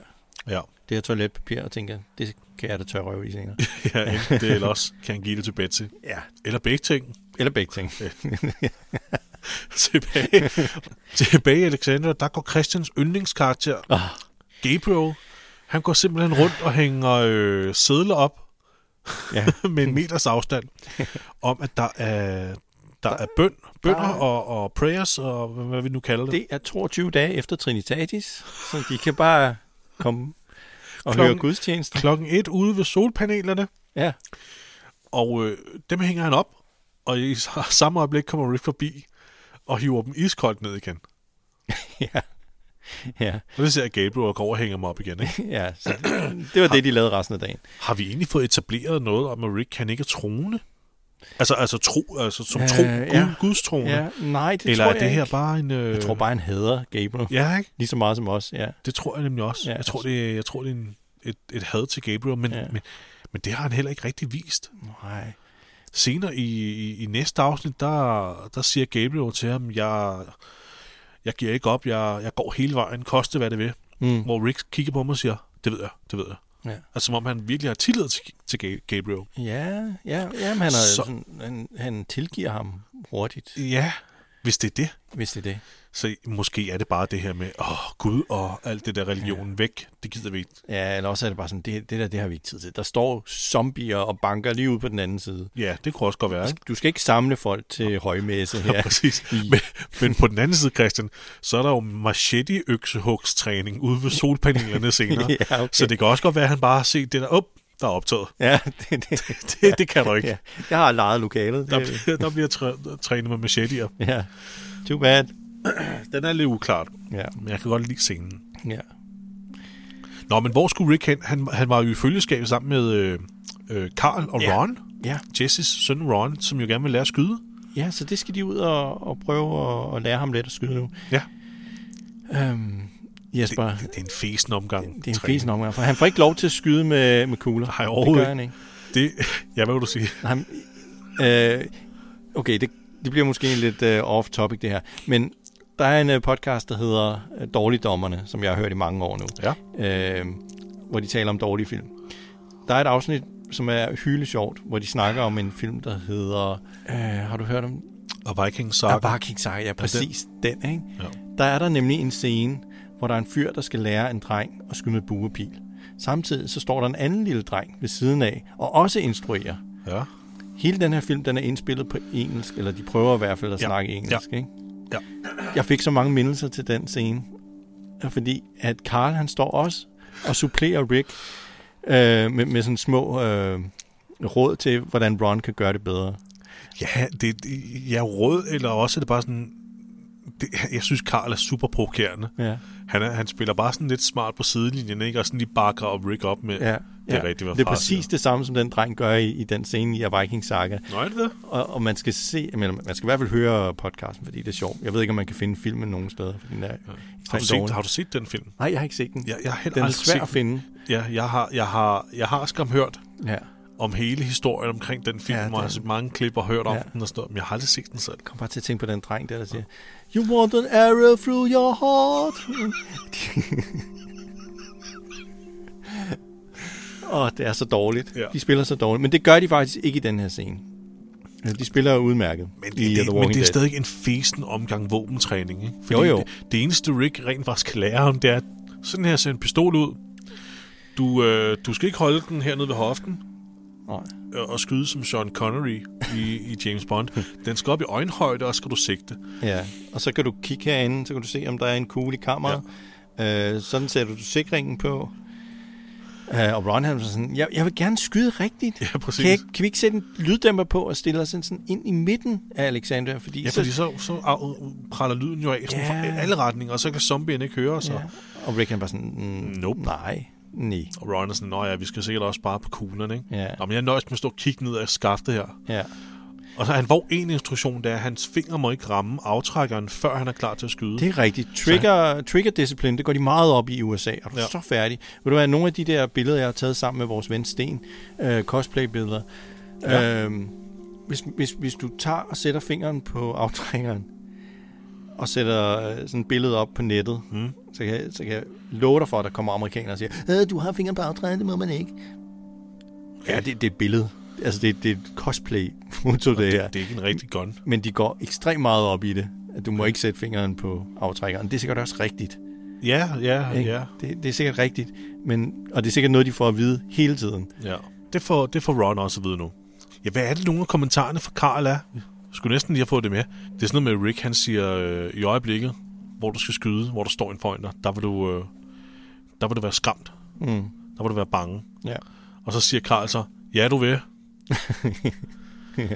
Ja.
det her toiletpapir og tænker, det kan jeg da tørre røv i senere.
ja, enten det, eller også kan han give det til Betsy.
Ja.
Eller begge ting.
Eller begge ting.
tilbage, tilbage i Alexander, der går Christians yndlingskarakter, ah. Gabriel. Han går simpelthen rundt og hænger øh, sædler op
Ja.
med en meters afstand, om at der er, der er bøn, bønder og, og prayers, og hvad, hvad vi nu kalder det.
Det er 22 dage efter Trinitatis, så de kan bare komme og
Klokken-
høre gudstjeneste.
Klokken et ude ved solpanelerne,
Ja.
og øh, dem hænger han op, og i s- samme øjeblik kommer Rick forbi og hiver dem iskoldt ned igen.
ja. Ja,
Og det ser Gabriel og går og hænger mig op igen. Ikke?
ja. Så det var det, de lavede resten af dagen.
Har vi egentlig fået etableret noget om, at Rick kan ikke er troende? Altså, altså, tro, altså som tro, øh,
Øh,
gud,
ja.
ja. gudstroende?
Ja, nej, det
Eller
tror
er
jeg
det her
ikke.
bare en... Øh...
Jeg tror bare, han hader Gabriel.
Ja, ikke?
Lige så meget som os, ja.
Det tror jeg nemlig også.
Ja,
Ja, jeg, tror,
altså-
det, er- jeg tror, det er en, et, et had til Gabriel, men,
Ja.
ja. men, men det har han heller ikke rigtig vist.
Nej.
Senere i, i, i næste afsnit, der, der siger Gabriel til ham, jeg, jeg giver ikke op, jeg, jeg går hele vejen, koste hvad det vil.
Mm.
Mm. Hvor Rick kigger på mig og siger, det ved jeg, det ved jeg.
Ja.
Altså som om han virkelig har tillid til, til Ga- Gabriel.
Ja, ja, ja men han, er,
Så-
sådan, han, han tilgiver ham hurtigt,
Ja, hvis det er det.
hvis det er det.
Så måske er det bare det her med, åh oh, Gud og alt det der religion ja. væk, det gider vi ikke.
Ja, eller også er det bare sådan, det, det der, det har vi ikke tid til. Der står zombier og banker lige ude på den anden side.
Ja, det kunne også godt være, ikke?
Du skal ikke samle folk til højmesse her.
Ja, Mm. præcis. Men, men på den anden side, Christian, så er der jo machete-øksehugstræning ude ved solpanelerne senere.
Ja, okay.
Så det kan også godt være, at han bare har set det der, op, der er optaget.
Ja, det, det,
Det, det kan du ikke.
ja. Jeg har lejet lokalet.
Der,
Det,
bliver- der bliver træ, trænet med macheteer.
ja. Too bad.
Den er lidt uklart,
Ja.
men jeg kan godt lide scenen.
ja.
Nå, men hvor skulle Rick hen? Han, han var jo i følgeskab sammen med øh, øh, Carl og
Ja.
Ron.
Ja.
Jesses søn Ron, som jo gerne vil lære at skyde.
ja, så det skal de ud og, og prøve at, at lære ham lidt at skyde nu.
Ja.
Øhm,
Det,
Jesper, det,
det, det er en fesen omgang.
det er en
træning.
fesen omgang, for han får ikke lov til at skyde med, med kugler.
Nej, overhovedet
det gør han ikke.
Det, ja, hvad vil du sige?
Nej, men, øh, okay, det, det bliver måske lidt øh, off-topic det her, men der er en øh, podcast, der hedder øh, Dårligdommerne, som jeg har hørt i mange år nu,
Ja.
øh, hvor de taler om dårlige film. Der er et afsnit, som er hyle sjovt, hvor de snakker om en film, der hedder... Øh, har du hørt om
Og Viking
Ja,
Saga.
bare King Saga, ja, præcis den, ikke?
Ja.
Der er der nemlig en scene, hvor der er en fyr, der skal lære en dreng at skyde med bue og pil. Samtidig så står der en anden lille dreng ved siden af, og også instruerer.
Ja.
Hele den her film, den er indspillet på engelsk, eller de prøver i hvert fald at
Ja.
ja. snakke engelsk, ja. ikke?
Ja.
Jeg fik så mange mindelser til den scene, fordi at Carl, han står også og supplerer Rick øh, med, med sådan små øh, råd til, hvordan Ron kan gøre det bedre.
Ja, det, det- ja, rød, eller også er det bare sådan... Det, jeg synes, Karl er super provokerende.
Ja.
Han, er, han spiller bare sådan lidt smart på sidelinjen, ikke? Og sådan lige bakker og Rick op med... det er rigtigt, hvad
Det er
far
præcis
siger.
det samme, som den dreng gør i, i den scene i A Viking Saga.
Nå, er det det?
Og, og man skal se, eller man skal i hvert fald høre podcasten, fordi det er sjovt. Jeg ved ikke, om man kan finde filmen nogen steder, fordi den er
Har du,
ekstremt
set,
dårlig.
har du set den film?
Nej, jeg har ikke set den.
Jeg, jeg har heller
den er
aldrig
svær
set
at finde.
Ja, jeg har, jeg har, jeg har skam hørt
Ja.
om hele historien omkring den film,
Ja,
ja, og jeg
den-
har set mange klip og hørt om
Ja.
ja. den og sådan noget, men jeg har aldrig set den selv.
Kom bare til at tænke på den dreng der, der siger, You want an arrow through your heart. Åh, det er så dårligt.
Ja.
De spiller så dårligt. Men det gør de faktisk ikke i den her scene. De spiller udmærket
Men det,
i
det,
The
men
Walking
det er
Dead.
stadig en fesen omgang våbentræning, ikke?
Jo, jo.
Det, det eneste Rick rent faktisk kan lære ham, det er, at sådan her ser en pistol ud. Du, øh, du skal ikke holde den hernede ved hoften,
Nej.
øh, og skyde som Sean Connery i, i James Bond. Den skal op i øjenhøjde, og skal du sigte.
Ja, og så kan du kigge herinde, så kan du se, om der er en kugle i kammeret. Ja. Øh, sådan sætter du sikringen på. Øh, og Ron han var sådan, jeg, jeg vil gerne skyde rigtigt.
Ja, præcis.
Kan, jeg, kan vi ikke sætte en lyddæmper på og stille os sådan, sådan ind i midten af Alexander? Fordi
Ja, fordi så, så af- praller lyden jo af sådan
Ja.
fra alle retninger, og så kan zombien ikke høre os. Ja.
Ja. Og Rick han var sådan, mm,
Nope.
nej, nej.
Og Ron er sådan, nå ja, vi skal sikkert også spare på kuglerne, ikke?
Ja.
Nå, men jeg er nøjes med at stå og kigge ned af skaftet her.
Ja.
Og så han får en instruktion, det er, at hans fingre må ikke ramme aftrækkeren, før han er klar til at skyde.
Det er rigtigt. Trigger, trigger disciplin, det går de meget op i i USA, og du er ja.
Ja.
så færdig. Ved du hvad, nogle af de der billeder, jeg har taget sammen med vores ven Sten, øh, cosplay-billeder, ja.
Ja.
øhm, hvis, hvis, hvis du tager og sætter fingeren på aftrækkeren, og sætter øh, sådan et billede op på nettet, mm. så, kan jeg, så kan jeg love dig for, at der kommer amerikanere og siger, øh, du har fingeren på aftræden, det må man ikke. Ja, det, det er et billede. Altså, det, det er et cosplay-foto, det, det her.
Det er ikke en rigtig gun.
Men de går ekstremt meget op i det, at du må ikke sætte fingeren på aftrækkeren. Det er sikkert også rigtigt.
Ja, ja,
ikke?
ja.
Det, det er sikkert rigtigt, men, og det er sikkert noget, de får at vide hele tiden.
ja. Det får, det får Ron også at vide nu. Ja, hvad er det, nogle af kommentarerne fra Karl er? Jeg skulle næsten lige have fået det med. Det er sådan noget med, Rick han siger, øh, i øjeblikket, hvor du skal skyde, hvor der står en foran dig, der vil du, øh, der vil du være skræmt.
Mm.
Der vil du være bange.
Ja.
Og så siger Karl så, ja du vil.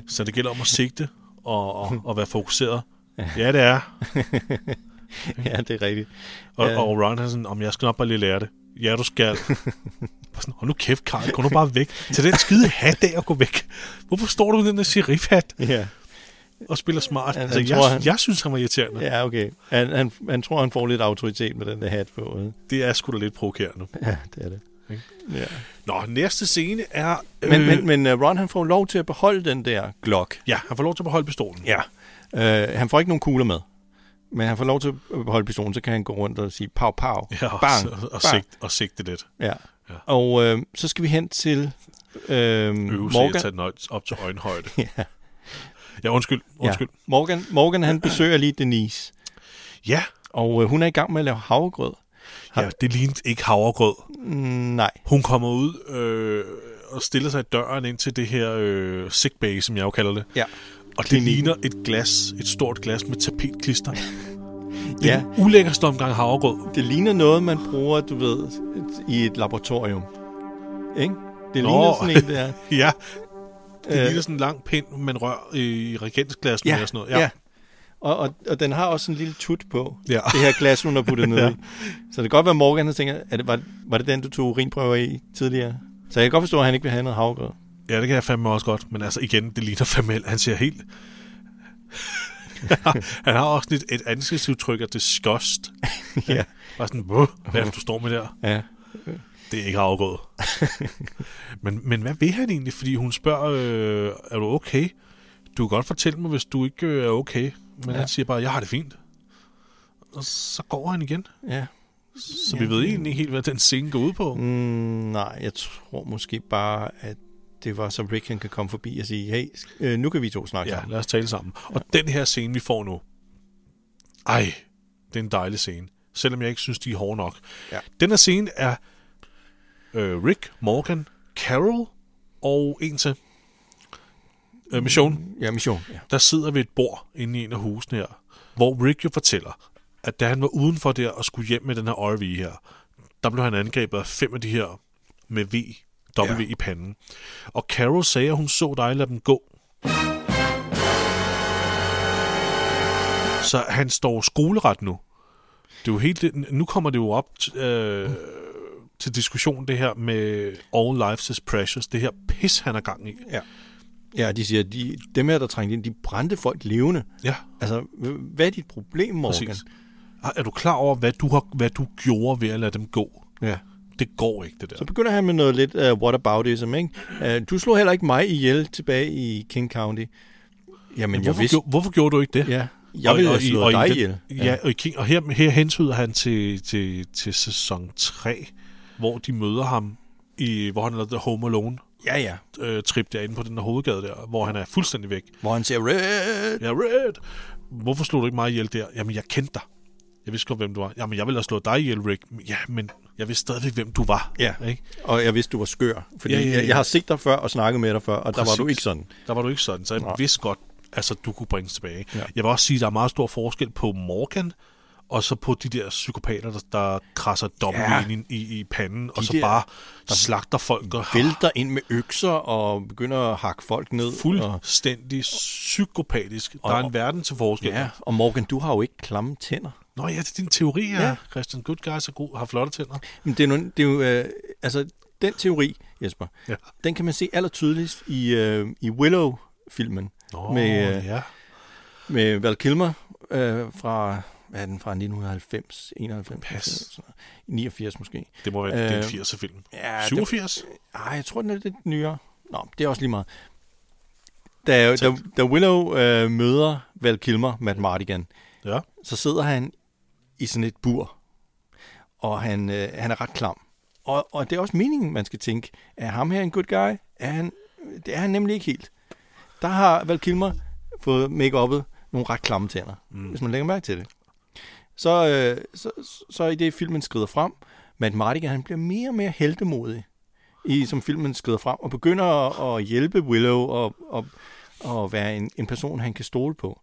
så det gælder om at sigte og, og, og være fokuseret. Ja, det er.
ja, det er rigtigt.
Og,
Ja.
og Ron han er sådan, om jeg skal nok bare lige lære det. Ja, du skal. Bare sådan, Hold nu kæft, Karl, gå nu bare væk. Tag den skide hat af og gå væk. Hvorfor står du med den der serif-hat
Ja,
og spiller smart?
Han-
Altså,
han
jeg,
tror, han-
jeg synes, han var irriterende.
ja okay. Han, han, han tror, han får lidt autoritet med den der hat på. ikke?
Det er sgu da lidt provokerende.
Ja, det er det. Ja.
Nå, næste scene er... Øh,
Men, men, men øh, Ron, han får lov til at beholde den der Glock.
Ja, han får lov til at beholde pistolen.
Ja. Øh, han får ikke nogen kugler med. Men han får lov til at beholde pistolen, så kan han gå rundt og sige pow, pow,
Ja, og,
bang,
og, og,
bang.
sigte, og sigte lidt.
Ja. Og øh, så skal vi hen til øh,
Øve sig i at
Morgan.
tage den øj- op til øjenhøjde.
Ja.
Ja, undskyld. undskyld.
Ja. Morgan, Morgan, han besøger lige Denise,
Ja.
og øh, hun er i gang med at lave havregrød.
ja, ja det lignede ikke havregrød.
Mm, nej,
Hun kommer ud øh, og stiller sig i døren ind til det her øh, sick bay, som jeg jo kalder det.
Ja.
Og det
Klinikken.
ligner et glas, et stort glas med tapetklister. Det er
Ja.
ja. en ulækkerste omgang havregrød.
det ligner noget, man bruger, du ved, et- i et laboratorium. Ikke? Det
Nå.
ligner sådan en der.
Ja, det
Øh.
øh. ligner sådan en lang pind, man rør i regensglasen og sådan noget.
ja. ja. Og, og, og den har også sådan en lille tut på,
Ja.
det her glas, hun har puttet ned
Ja.
i. Så det kan godt være, Morgan han tænker, er det, var, var det den, du tog urinprøver i tidligere? Så jeg kan godt forstå, at han ikke vil have noget havgrød.
Ja, det kan jeg fandme også godt. Men altså igen, det ligner fandme, alt. han ser helt... han har også lidt et ansigtsudtryk af disgust.
ja.
Bare sådan, "Wuh, hvad er det, du står med der?
ja.
Det er ikke afgået. men, men hvad vil han egentlig? Fordi hun spørger, øh, er du okay? Du kan godt fortælle mig, hvis du ikke øh, er okay. Men ja. han siger bare, jeg har det fint. Og så går han igen.
Ja.
Så ja. vi ved egentlig ikke helt, hvad den scene går ud på. Mm.
Mm, nej, jeg tror måske bare, at det var så Rick, han kan komme forbi og sige, hey, sk- øh, nu kan vi to snakke
Ja,
sammen.
lad os tale sammen. Og den her scene, vi får nu. Ej, det er en dejlig scene. Selvom jeg ikke synes, de er hårde nok.
Ja.
Den her scene er øh, Rick, Morgan, Carol og en til. Øh, Michonne.
Ja, mission. Ja.
der sidder ved et bord inde i en af husene her, hvor Rick jo fortæller, at da han var udenfor der og skulle hjem med den her RV her, der blev han angrebet af fem af de her med V, W
Ja.
ja. i panden. Og Carol sagde, at hun så dig lade dem gå. Så han står skoleret nu. Det er jo helt, det- nu kommer det jo op t- øh, til diskussion, det her med All Lives is Precious. Det her pis, han er gang i.
ja, de siger, de, dem her, der trængte ind, de brændte folk levende.
Ja,
Altså, h- hvad er dit problem, Morgan?
Præcis. Er- Er du klar over, hvad du, har, hvad du gjorde ved at lade dem gå?
Ja.
Det går ikke, det der.
Så begynder han med noget lidt uh, whataboutism, ikke? Uh, du slog heller ikke mig ihjel tilbage i King County. Jamen, jeg
hvorfor,
vidste...
gjorde, hvorfor gjorde du ikke det?
Ja, jeg ville have
i-
slået
i
dig
den-
ihjel.
Ja, og, i King, og her, her hentyder han til, til, til sæson 3, hvor de møder ham, i, hvor han lavede The Home Alone-trip
Ja, ja.
derinde på den der hovedgade der, hvor han er fuldstændig væk.
Hvor han siger, Red!
Jeg er red. Hvorfor slog du ikke mig ihjel der? Jamen, jeg kendte dig. Jeg vidste godt, hvem du var. Jamen, jeg ville have slået dig ihjel, Rick. Ja, men jeg vidste stadigvæk, hvem du var. Ikke?
Og jeg vidste, du var skør. Fordi
Ja, ja, ja.
Jeg, jeg har set dig før og snakket med dig før, og der var
Præcis.
du ikke sådan.
Der var du ikke sådan, så jeg vidste godt, altså du kunne bringes tilbage.
Ja.
Ja. Jeg vil også sige, at der er meget stor forskel på Morgan, og så på de der psykopater, der, der krasser dobbelt
Ja.
ja. ind i, i panden, og så
der-
bare der slagter folk og
Vælter ind med økser og begynder at hakke folk ned. Og,
fuldstændig psykopatisk. Der er en verden til forskel.
ja, og Morgan, du har jo ikke klamme tænder.
Nå ja, det er din teori, ja.
Ja.
Christian Goodguys er god, har flotte tænder.
Men det er jo, det er jo øh, altså, den teori, Jesper, ja.
Ja.
den kan man se allertydeligst i, øh, i Willow-filmen.
Nå,
med, øh,
ja.
med Val Kilmer øh, fra, hvad er den, fra 1990, 91,
Pas.
Sådan noget. 89 måske.
Det må være øh,
Øh,
den 80'er film.
ja, det-
87? Det...
Ej, jeg tror, den er lidt nyere. Nå, det er også lige meget. Da, da, da Willow øh, møder Val Kilmer, Matt Mardigan,
Ja.
Så sidder han i sådan et bur, og han, øh, han er ret klam. Og, og det er også meningen, man skal tænke, er ham her en good guy? Er han, det er han nemlig ikke helt. Der har Val Kilmer fået make nogle ret klamme tænder, mm. hvis man lægger mærke til det. Så, øh, så, så, så i det, filmen skrider frem, Matt Mardigan, han bliver mere og mere heltemodig, i, som filmen skrider frem, og begynder at, at hjælpe Willow og, og, og være en, en person, han kan stole på.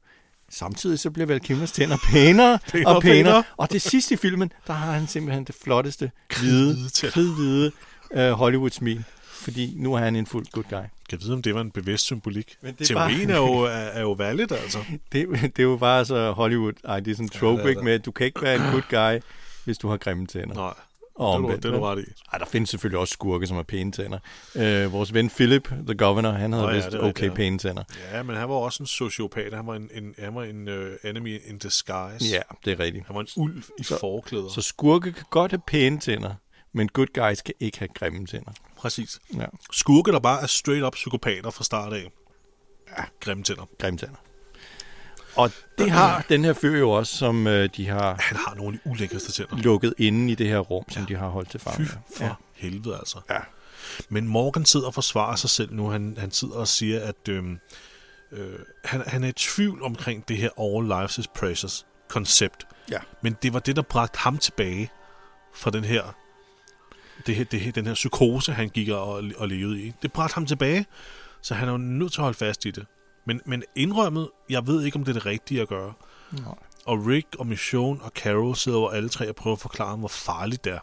Samtidig så bliver Val Kilmers tænder pænere,
Pænere og
og pænere.
pænere.
Og det sidste i filmen, der har han simpelthen det flotteste, hvide, kridhvide øh, Hollywood-smil. Fordi nu er han en fuldt good guy.
Kan vide, om det var en bevidst symbolik.
Men
Men
det er
det Teorien
bare-
er, jo, er, er jo valid, altså.
Det, det er jo bare så Hollywood. Ej, det er sådan en trope,
det
ja,
er
det
det.
med, at du kan ikke være en good guy, hvis du har grimme tænder.
Nej,
Og
det er du-
omvendt,
det er du
vel?
ret i.
Ej, der findes selvfølgelig også skurke, som har pæne tænder. Øh, vores ven Philip, the governor, han havde
Nå
oh,
ja,
vist
det er
ja,
rigtigt,
okay
ja.
pæne tænder.
Ja, men han var også en sociopat. Han var en, en, han var en uh, enemy in disguise.
Ja, det er rigtigt.
Han var en ulv i så, forklæder.
Så
Så,
skurke kan godt have pæne tænder, men good guys kan ikke have grimme tænder.
præcis.
Ja,
Skurke, der bare er straight up psykopater fra start af. Ja. Grimme tænder.
grimme tænder. Og det har den her fyr jo også, som øh, de har
Han har nogle af de ulækkerste tænder.
lukket inde i det her rum, som de har holdt til
Fy
fange.
for
Ja.
helvede, altså.
ja.
Men Morgan sidder og forsvarer sig selv nu. Han, han sidder og siger, at øhm, øh, han, han er i tvivl omkring det her All Lives is Precious koncept.
Ja.
Men det var det, der bragte ham tilbage fra den her, det her, det her, den her psykose, han gik og, og levede i. Det bragte ham tilbage, så han er jo nødt til at holde fast i det. Men, men indrømmet, jeg ved ikke, om det er det rigtige at gøre.
Nej.
Og Rick og Michonne og Carol sidder over alle tre og prøver at forklare ham, hvor farligt det er.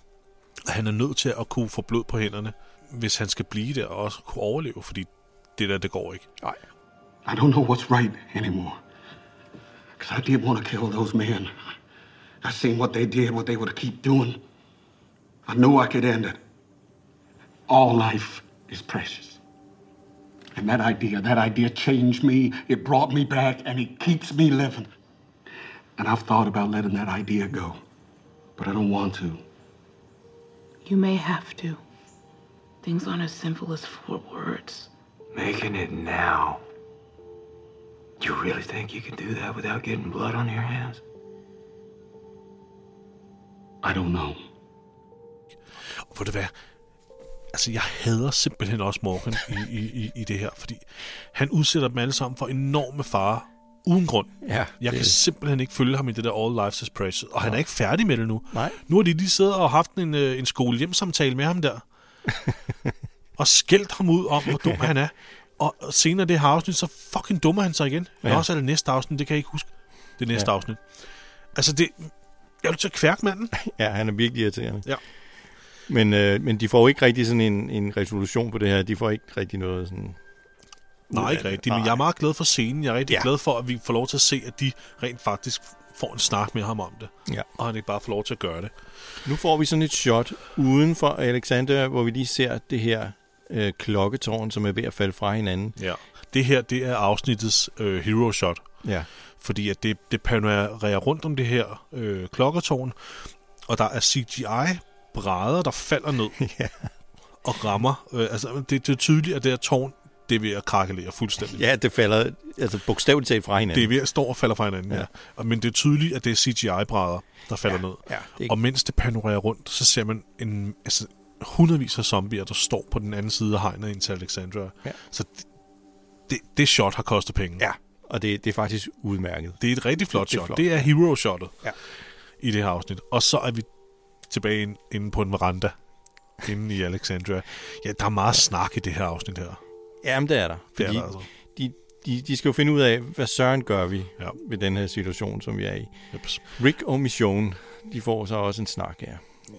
Og han er nødt til at kunne få blod på hænderne, hvis han skal blive der og også kunne overleve, fordi det der, det går ikke.
Nej.
I don't know what's right anymore. Because I did want to kill those men. I seen what they did, what they were to keep doing. I knew I could end it. All life is precious. And that idea, that idea changed me. It brought me back, and it keeps me living. And I've thought about letting that idea go, but I don't want to.
You may have to. Things aren't as simple as four words.
Making it now. You really think you could do that without getting blood on your hands?
I don't know.
Og ved du hvad? Altså, jeg hader simpelthen også Morgan i, i, i, i det her, fordi han udsætter dem alle sammen for enorme fare uden grund.
Ja,
jeg
det-
kan simpelthen ikke følge ham i det der All Lives is Precious, og han er ikke færdig med det nu.
Nej.
Nu har de lige siddet og haft en, øh, en skole-hjem-samtale med ham der, og skældt ham ud om, hvor dum han er. Og og senere i det her afsnit, så fucking dummer han sig igen. Ja.
Ja.
Eller også er det næste afsnit, det kan jeg ikke huske. Det næste ja.
Ja.
afsnit. Altså, det, jeg vil til at kværke manden.
ja, han er virkelig irriterende.
Ja.
Men, øh, men de får jo ikke rigtig sådan en, en resolution på det her. De får ikke rigtig noget sådan...
Nej, ikke rigtigt, men jeg er meget glad for scenen. Jeg er rigtig ja.
Ja.
glad for, at vi får lov til at se, at de rent faktisk får en snak med ham om det.
Ja.
Og han ikke bare får lov til at gøre det.
Nu får vi sådan et shot uden for Alexander, hvor vi lige ser det her øh, klokketårn, som er ved at falde fra hinanden.
Ja. Det her, det er afsnittets øh, hero shot.
Ja.
Fordi at det, det panorerer rundt om det her øh, klokketårn, og der er CGI-brædder, der falder ned
Ja.
og rammer. Øh, altså, det, det er tydeligt, at det her tårn, det er ved at krakkelere fuldstændig.
Ja, det falder altså bogstaveligt talt fra hinanden.
Det er ved at stå og falder fra hinanden, ja.
Ja.
ja. Men det er tydeligt, at det er CGI-brædder, der falder ned.
ja, det er ikke-
Og mens det panorerer rundt, så ser man en, altså, hundredvis af zombier, der står på den anden side af hegnet ind til Alexandra.
Ja.
Så det, det, det shot har kostet penge.
Ja, og det, det er faktisk udmærket.
Det er et rigtig flot
Det er
shot.
flot.
Det er hero-shottet
Ja.
i det her afsnit. Og så er vi tilbage inde, inde på en veranda inde i Alexandria. Ja, der er meget snak i det her afsnit her.
Jamen, det er der.
Det
Fordi
er der altså.
de, de, de skal jo finde ud af, hvad søren gør vi
Ja.
ja. ved den her situation, som vi er i.
Jeps.
Rick og Michonne, de får så også en snak her.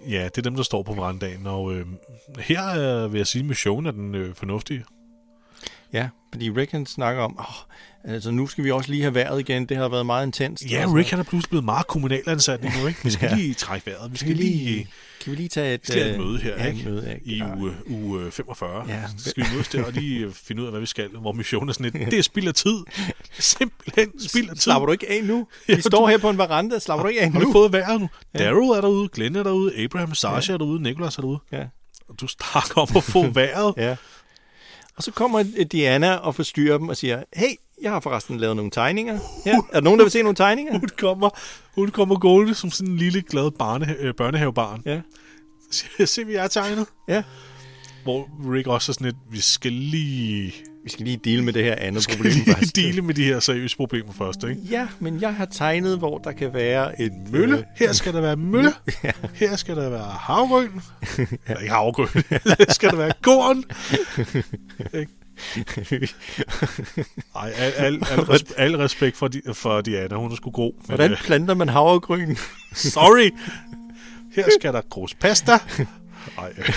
Ja, det er dem, der står på verandaen, og øh, her øh, vil jeg sige, at missionen er den øh, fornuftige.
Ja, fordi Rick han snakker om, oh, altså nu skal vi også lige have vejret igen, det har været meget intenst.
Ja,
Og sådan
Rick han er pludselig blevet meget kommunalansat nu, ikke? Vi skal
Ja.
lige trække vejret, vi skal
Kan vi
lige,
lige, kan vi lige tage et,
vi skal have et
øh,
møde her,
ja,
ikke?
Et møde, ikke?
i
Ja.
uge, uge 45. Ja.
Ja.
Så skal vi mødes der og lige øh, finde ud af, hvad vi skal, hvor missionen er sådan lidt, det er spild af tid. Simpelthen spild af tid.
Slapper du ikke af nu? Vi
Ja,
står her på en veranda, slapper du ikke af
Har du
nu?
fået vejret nu? Ja. Daryl er derude, Glenn er derude, Abraham, Sasha ja. er derude, Nicholas er derude.
Ja.
Og du snakker om at få vejret.
Ja. Og så kommer øh, Diana og forstyrrer dem og siger, hey, Jeg har forresten lavet nogle tegninger. Ja. Er der nogen, der vil se nogle tegninger?
Hun kommer, hun kommer gående som sådan en lille glad barne, øh, børnehavebarn.
Ja.
Se, se, vi er tegnet.
Ja.
Hvor Rick også er sådan lidt, vi skal lige...
Vi skal lige dele med det her andet
skal
problem
lige
først.
dele med de her seriøse problemer først, ikke?
Ja, men jeg har tegnet, hvor der kan være øh, en
Mølle. Øh, Her skal der være mølle. Her skal der være havgrøn. Eller ikke havgrøn. Her skal der være korn. Ikke? Ej, al, al, al, res, al respekt for, di, for Diana. Hun er sgu god. Men,
Hvordan
øh,
planter man havregryn?
sorry. Her skal der grus pasta. Ej. øh.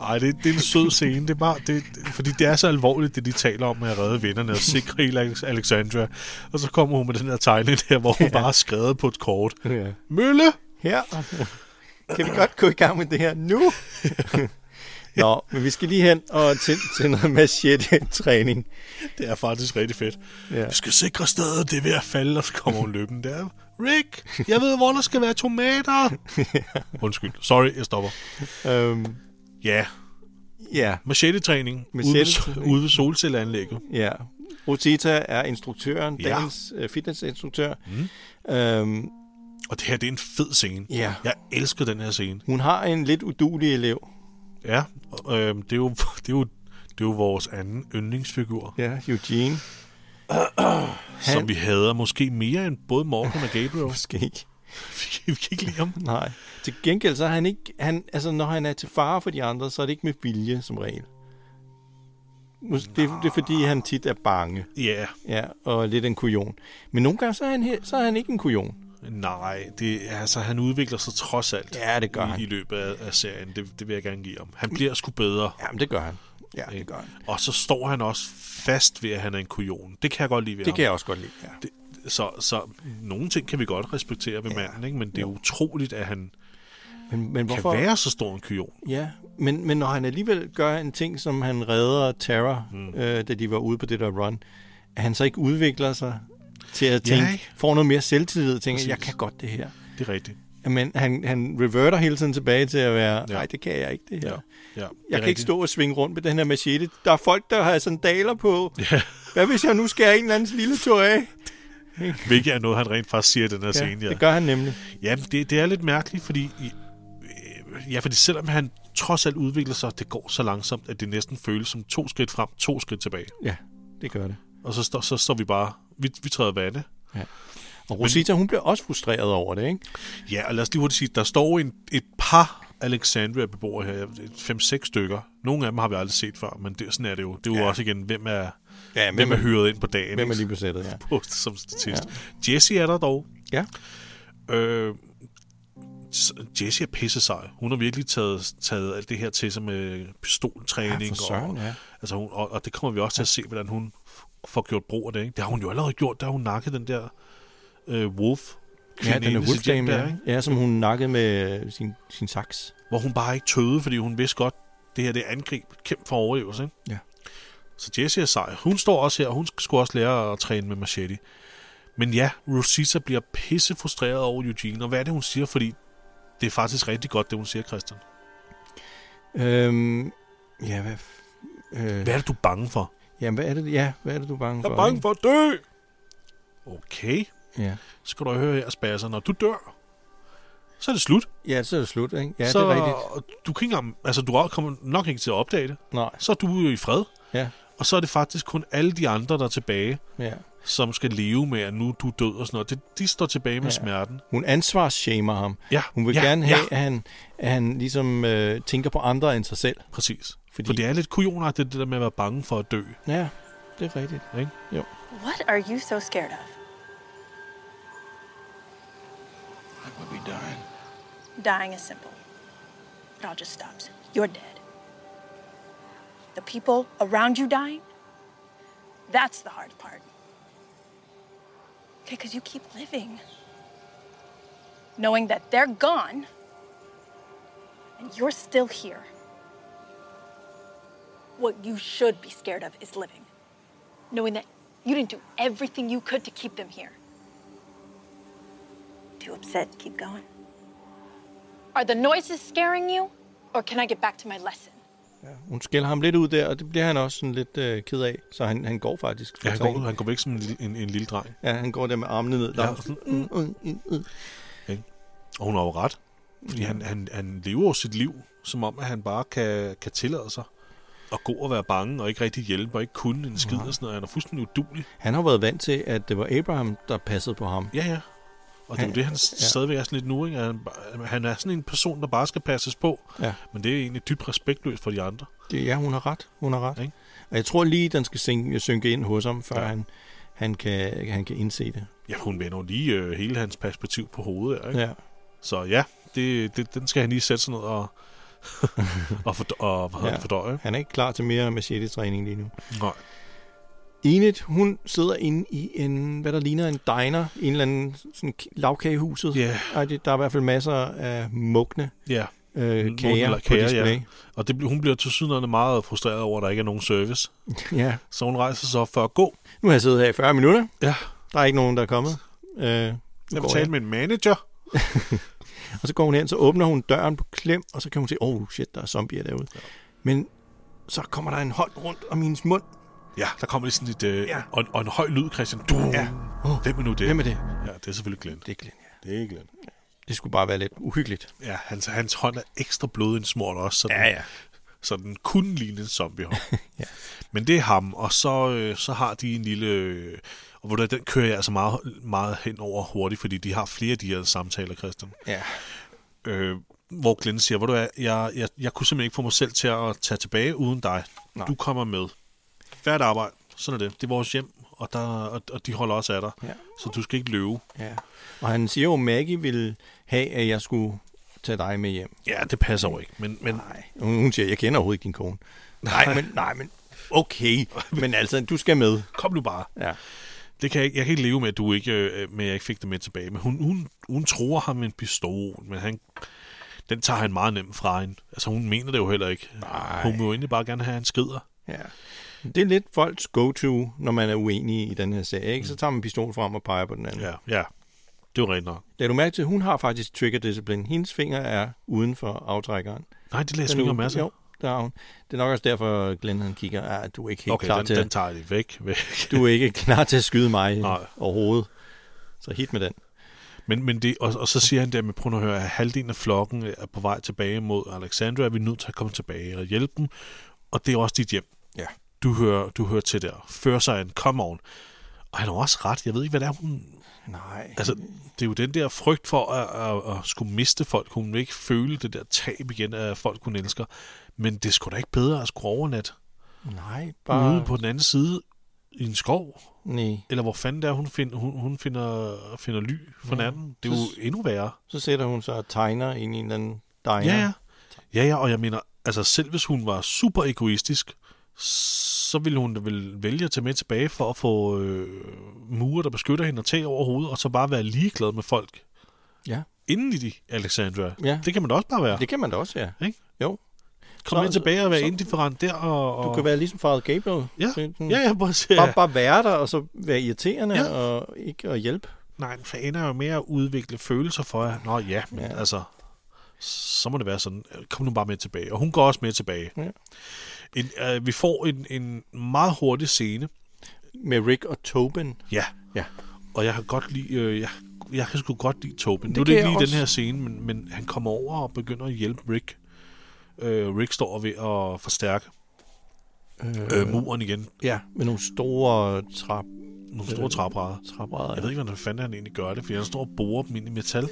Ej, det, det er en sød scene. Det er bare, det, det- fordi det er så alvorligt, det de taler om med at redde vennerne og sikre hele Alex- Alexandria. Og så kommer hun med den her tegning der, hvor hun bare har skrevet på et kort.
Ja.
Mølle!
Her. Kan vi godt gå i gang med det her nu? Nå, men vi skal lige hen og til, til noget machete-træning.
Det er faktisk rigtig fedt.
Ja.
Vi skal sikre stedet, det er ved at falde, og så kommer hun løbende der. Rick, jeg ved, hvor der skal være tomater. Undskyld. Sorry, jeg stopper.
Øhm,
Ja,
ja,
machete-træning ude ved,
Machete-træning.
ude ved solcelleanlægget.
ja. Rosita er instruktøren,
Ja.
dagens øh, fitnessinstruktør. Mm. Øhm,
Og det her, det er en fed scene.
Ja.
Jeg elsker den her scene.
hun har en lidt udulig elev.
Ja, og, øhm, det, er jo, det, er jo, det er jo vores anden yndlingsfigur,
Ja, Eugene.
Han. som vi hader måske mere end både Morgan og Gabriel.
Måske ikke.
vi kan ikke lide ham.
Nej. Til gengæld så er han ikke... Han, altså, når han er til fare for de andre, så er det ikke med vilje som regel. Mås- Det, er- det er fordi, han tit er bange.
Ja,
Ja, og er lidt en kujon. Men nogle gange, så er han, he- så er han ikke en kujon.
nej, det, altså han udvikler sig trods alt
Ja, det gør
i,
han.
i løbet af, af serien. Det, det vil jeg gerne give ham. Han bliver sgu bedre.
Jamen, det gør han. Ja, det
ikke?
gør han.
Og så står han også fast ved, at han er en kujon. Det kan jeg godt lide ved
Det
ham.
kan jeg også godt lide. Ja.
Det, så, så nogle ting kan vi godt respektere ved ja. manden, ikke? men det er utroligt, at han
Men, men
Hvorfor?
hvorfor?
kan være så stor en kujon.
Ja, men, men når han alligevel gør en ting, som han redder Tara, mm. øh, da de var ude på det der run, at han så ikke udvikler sig til at
Ja,
tænke,
ikke?
får noget mere selvtillid og tænker,
Præcis.
jeg kan godt det her.
Det er rigtigt.
Men han, han reverter hele tiden tilbage til at være,
Ja.
nej, det kan jeg ikke det her.
Ja.
Ja.
Ja, det er
Jeg kan ikke
rigtigt.
stå og svinge rundt med den her machete. Der er folk, der har sandaler på. Ja. Hvad hvis jeg nu skærer en eller andens lille tog af?
Hvilket er noget, han rent faktisk siger i den her ja, scene. Ja,
det gør han nemlig.
Jamen, det, det er lidt mærkeligt, fordi... i- øh, Ja, fordi selvom han trods alt udvikler sig, det går så langsomt, at det næsten føles som to skridt frem, to skridt tilbage.
Ja, det gør det.
Og så, står, så står vi bare... Vi, vi træder vande.
Og Rosita, hun bliver også frustreret over det, ikke?
Ja, og lad os lige hurtigt sige, der står jo en, et par Alexandria-beboere her, 5-6 stykker. Nogle af dem har vi aldrig set før, men det, sådan er det jo. Det er jo ja. også igen, hvem er,
Ja,
hvem, hvem er hyret ind på dagen?
Hvem er
ikke?
lige på sættet, ja.
Postet som statist. Ja. Jesse er der dog.
Ja.
Øh, s- Jessie er pisse sej. Hun har virkelig taget, taget alt det her til sig med pistoltræning.
Ja, for søren,
og,
ja.
altså hun, og, og det kommer vi også til at se, hvordan hun får gjort brug af det. Ikke? Det har hun jo allerede gjort, da hun nakkede den der øh, wolf.
Ja,
kvinde
den
inde
er
i sit
Wolf
hjem
Dame,
der,
ja.
ikke?
ja, som hun nakkede med øh, sin, sin saks.
Hvor hun bare ikke tøvede, fordi hun vidste godt, det her det er angreb. Kæmp for overlevelse. Ikke?
Ja.
Så Jessie er sej. Hun står også her, og hun skulle også lære at træne med machete. Men ja, Rosita bliver pisse frustreret over Eugene, og hvad er det, hun siger? Fordi det er faktisk rigtig godt, det hun siger, Christian.
Øhm, ja, hvad... f- Øh,
Hvad er det, du er bange for?
Jamen, hvad er det, ja, hvad er det, du er bange for? ikke?
for at dø! Okay,
Ja.
så skal du høre her, Spasser. Når du dør, så er det slut.
ja, så er det slut, ikke? Ja,
så,
så... det er rigtigt.
Du, kan ikke engang, altså, du kommer nok ikke til at opdage det.
Nej,
Så er du jo i fred.
ja,
Og så er det faktisk kun alle de andre, der er tilbage,
ja.
som skal leve med, at nu er du er død og sådan noget. Det, de står tilbage med ja.
Ja.
smerten.
Hun ansvarsshamer ham.
Ja,
Hun vil
ja,
gerne
ja.
have, at, han, at han ligesom øh, tænker på andre end sig selv.
Præcis. Fordi...
Fordi-
For det er lidt kujonagtigt, det der med at være bange for at dø.
Ja, det er rigtigt.
Ikke?
Jo.
What are you so scared of?
I would be dying.
Dying is simple. It all just stops. You're dead. The people around you dying, that's the hard part. Okay, because you keep living. Knowing that they're gone and you're still here. What you should be scared of is living. Knowing that you didn't do everything you could to keep them here. Too upset to keep going. Are the noises scaring you, or can I get back to my lesson?
Hun skælder ham lidt ud der, og det bliver han også sådan lidt øh, ked af. Så han, han går faktisk.
Ja, han går, han går væk som en, lille- en, en lille dreng.
Ja, han går der med armene ned.
Ja.
Der. Mm, mm, mm, mm.
Ikke? Og hun har jo ret. Fordi
Ja.
han, han, han lever jo sit liv, som om at han bare kan, kan tillade sig at gå og være bange, og ikke rigtig hjælpe, og ikke kunne en skid og sådan noget. Han er fuldstændig udulig.
Han har været vant til, at det var Abraham, der passede på ham.
Ja, ja. Og det er jo
Han-
det, han ja. stadigvæk er sådan lidt nu, ikke? At Han, bare- han er sådan en person, der bare skal passes på.
Ja.
Men det er egentlig dybt respektløst for de andre.
Det, ja, hun har ret. Hun har ret. Ikke? Og jeg tror lige, den skal synke, synke ind hos ham, før ja. han, han, kan, han kan indse det.
Ja, hun vender jo lige øh, hele hans perspektiv på hovedet. her, Ikke?
Ja.
Så ja, det, det, den skal han lige sætte sig ned og, og, for, og ja. fordøje.
Han er ikke klar til mere machete-træning lige nu.
Nej.
Enid, hun sidder inde i en, hvad der ligner en diner, en eller anden sådan k- lavkagehuset.
Ja.
Ej, det- Der er i hvert fald masser af mugne
Ja.
øh,
Nogle
kager,
eller
på display. Ja.
Og det, bl- hun bliver til synligheden meget frustreret over, at der ikke er nogen service.
Ja.
Så hun rejser sig op for at gå.
Nu har jeg siddet her i 40 minutter.
Ja.
Der er ikke nogen, der er kommet. Øh, jeg
Jeg vil tale med en manager.
Og så går hun hen, så åbner hun døren på klem, og så kan hun se, oh shit, der er zombier derude. Ja. Men så kommer der en hånd rundt om hendes mund.
Ja, der kommer lige sådan et... Øh, ja. og, en, og en høj lyd, Christian. Du, ja.
Oh,
Hvem er nu det?
Hvem er det?
Ja, det er selvfølgelig Glenn.
Det er Glenn,
ja. Det er Glenn.
Det skulle bare være lidt uhyggeligt.
Ja, hans, hans hånd er ekstra blodendsmurt også, så den,
Ja, ja.
så den kunne ligne en zombiehånd. ja. Men det er ham, og så, øh, så har de en lille... Øh, og hvor der, den kører jeg altså meget, meget hen over hurtigt, fordi de har flere af de her samtaler, Christian.
Ja.
Øh, hvor Glenn siger, hvor du er, jeg, jeg, jeg kunne simpelthen ikke få mig selv til at tage tilbage uden dig. Nej. Du kommer med. Færdigt arbejde. Sådan er det. Det er vores hjem, og, der, og, og de holder også af dig.
Ja.
Så du skal ikke løbe.
Ja. Og han siger jo, at Maggie ville have, at jeg skulle tage dig med hjem.
Ja, det passer jo ikke. Men, men...
Nej. Hun hun siger, jeg kender overhovedet ikke din kone. Nej, men, nej, men okay. Men altså, du skal med.
Kom nu bare.
Ja.
Det kan jeg, ikke- jeg kan ikke leve med, at du ikke, øh, med, at jeg ikke fik det med tilbage. Men hun, hun, hun tror ham med en pistol, men han, den tager han meget nemt fra hende. Altså, hun mener det jo heller ikke. Nej. Hun vil jo egentlig bare gerne have, at han skrider.
Ja. Det er lidt folks go-to, når man er uenig i den her serie. Ikke? Så tager man pistol frem og peger på den anden.
Mm. Ja, ja. Det er jo rent nok.
Lad du mærke til, at hun har faktisk trigger-disciplin. Hendes fingre er uden for aftrækkeren.
Nej, det læser
Den
du ikke
er
om
ude-
masser.
Jo, der er hun. Det er nok også derfor, Glenn han kigger, at du er ikke helt
okay,
klar
den,
til...
den tager jeg lige væk. væk.
Du er ikke klar til at skyde mig overhovedet. Så hit med den.
Men, men det, og, og så siger han der med, prøv nu at høre, at halvdelen af flokken er på vej tilbage mod Alexandria, vi er nødt til at komme tilbage og hjælpe dem, og det er også dit hjem.
Ja.
Du hører, du hører til der. Før sig en, come on. Og han har også ret, jeg ved ikke, hvad det er, hun...
Nej.
Altså, det er jo den der frygt for at, at, at skulle miste folk. Hun vil ikke føle det der tab igen af folk, hun elsker. Men det skulle da ikke bedre at skulle overnatte
Nej,
Bare... ude
bare...
på den anden side i en skov.
Nej.
Eller hvor fanden det er, hun, find, hun, hun finder, finder ly for
Ja.
natten. Det er jo
Så-
endnu værre.
Så sætter hun sig og tegner ind i en eller anden diner.
Ja, ja. Ja, ja, og jeg mener, altså selv hvis hun var super egoistisk, så ville hun da vel vælge at tage med tilbage for at få øh, mure, der beskytter hende og tag over hovedet, og så bare være ligeglad med folk.
Ja.
Inden i de Alexandria.
Ja.
Det kan man da også bare være.
Det kan man da også, ja.
Ikke?
Jo.
Kom
Så-
med tilbage og være
så-
indifferent der. Og, og...
Du kan være ligesom Father Gabriel.
Ja.
Sådan-
Ja, ja, præcis.
Bare, bare være der, og så være irriterende,
Ja.
ja. og ikke at hjælpe.
Nej, men så ender jeg jo med at udvikle følelser for jer. Nå ja, men ja.
Ja.
altså, så må det være sådan, kom nu bare med tilbage. Og hun går også med tilbage.
Ja.
En, øh, vi får en, en meget hurtig scene.
Med Rick og Tobin.
Ja.
Ja.
Og jeg kan godt lide, øh, jeg, jeg kan sgu godt lide Tobin.
Det
nu er det
kan
ikke
jeg
lige den
også.
her scene, men, men han kommer over og begynder at hjælpe Rick. Øh, Rick står ved at forstærke øh, øh, muren igen.
Ja, med nogle store trap...
Nogle store træbrædder.
Øh, Træbrædder,
Jeg ved ikke, hvordan fanden han egentlig gør det, for han står og borer dem ind i metal.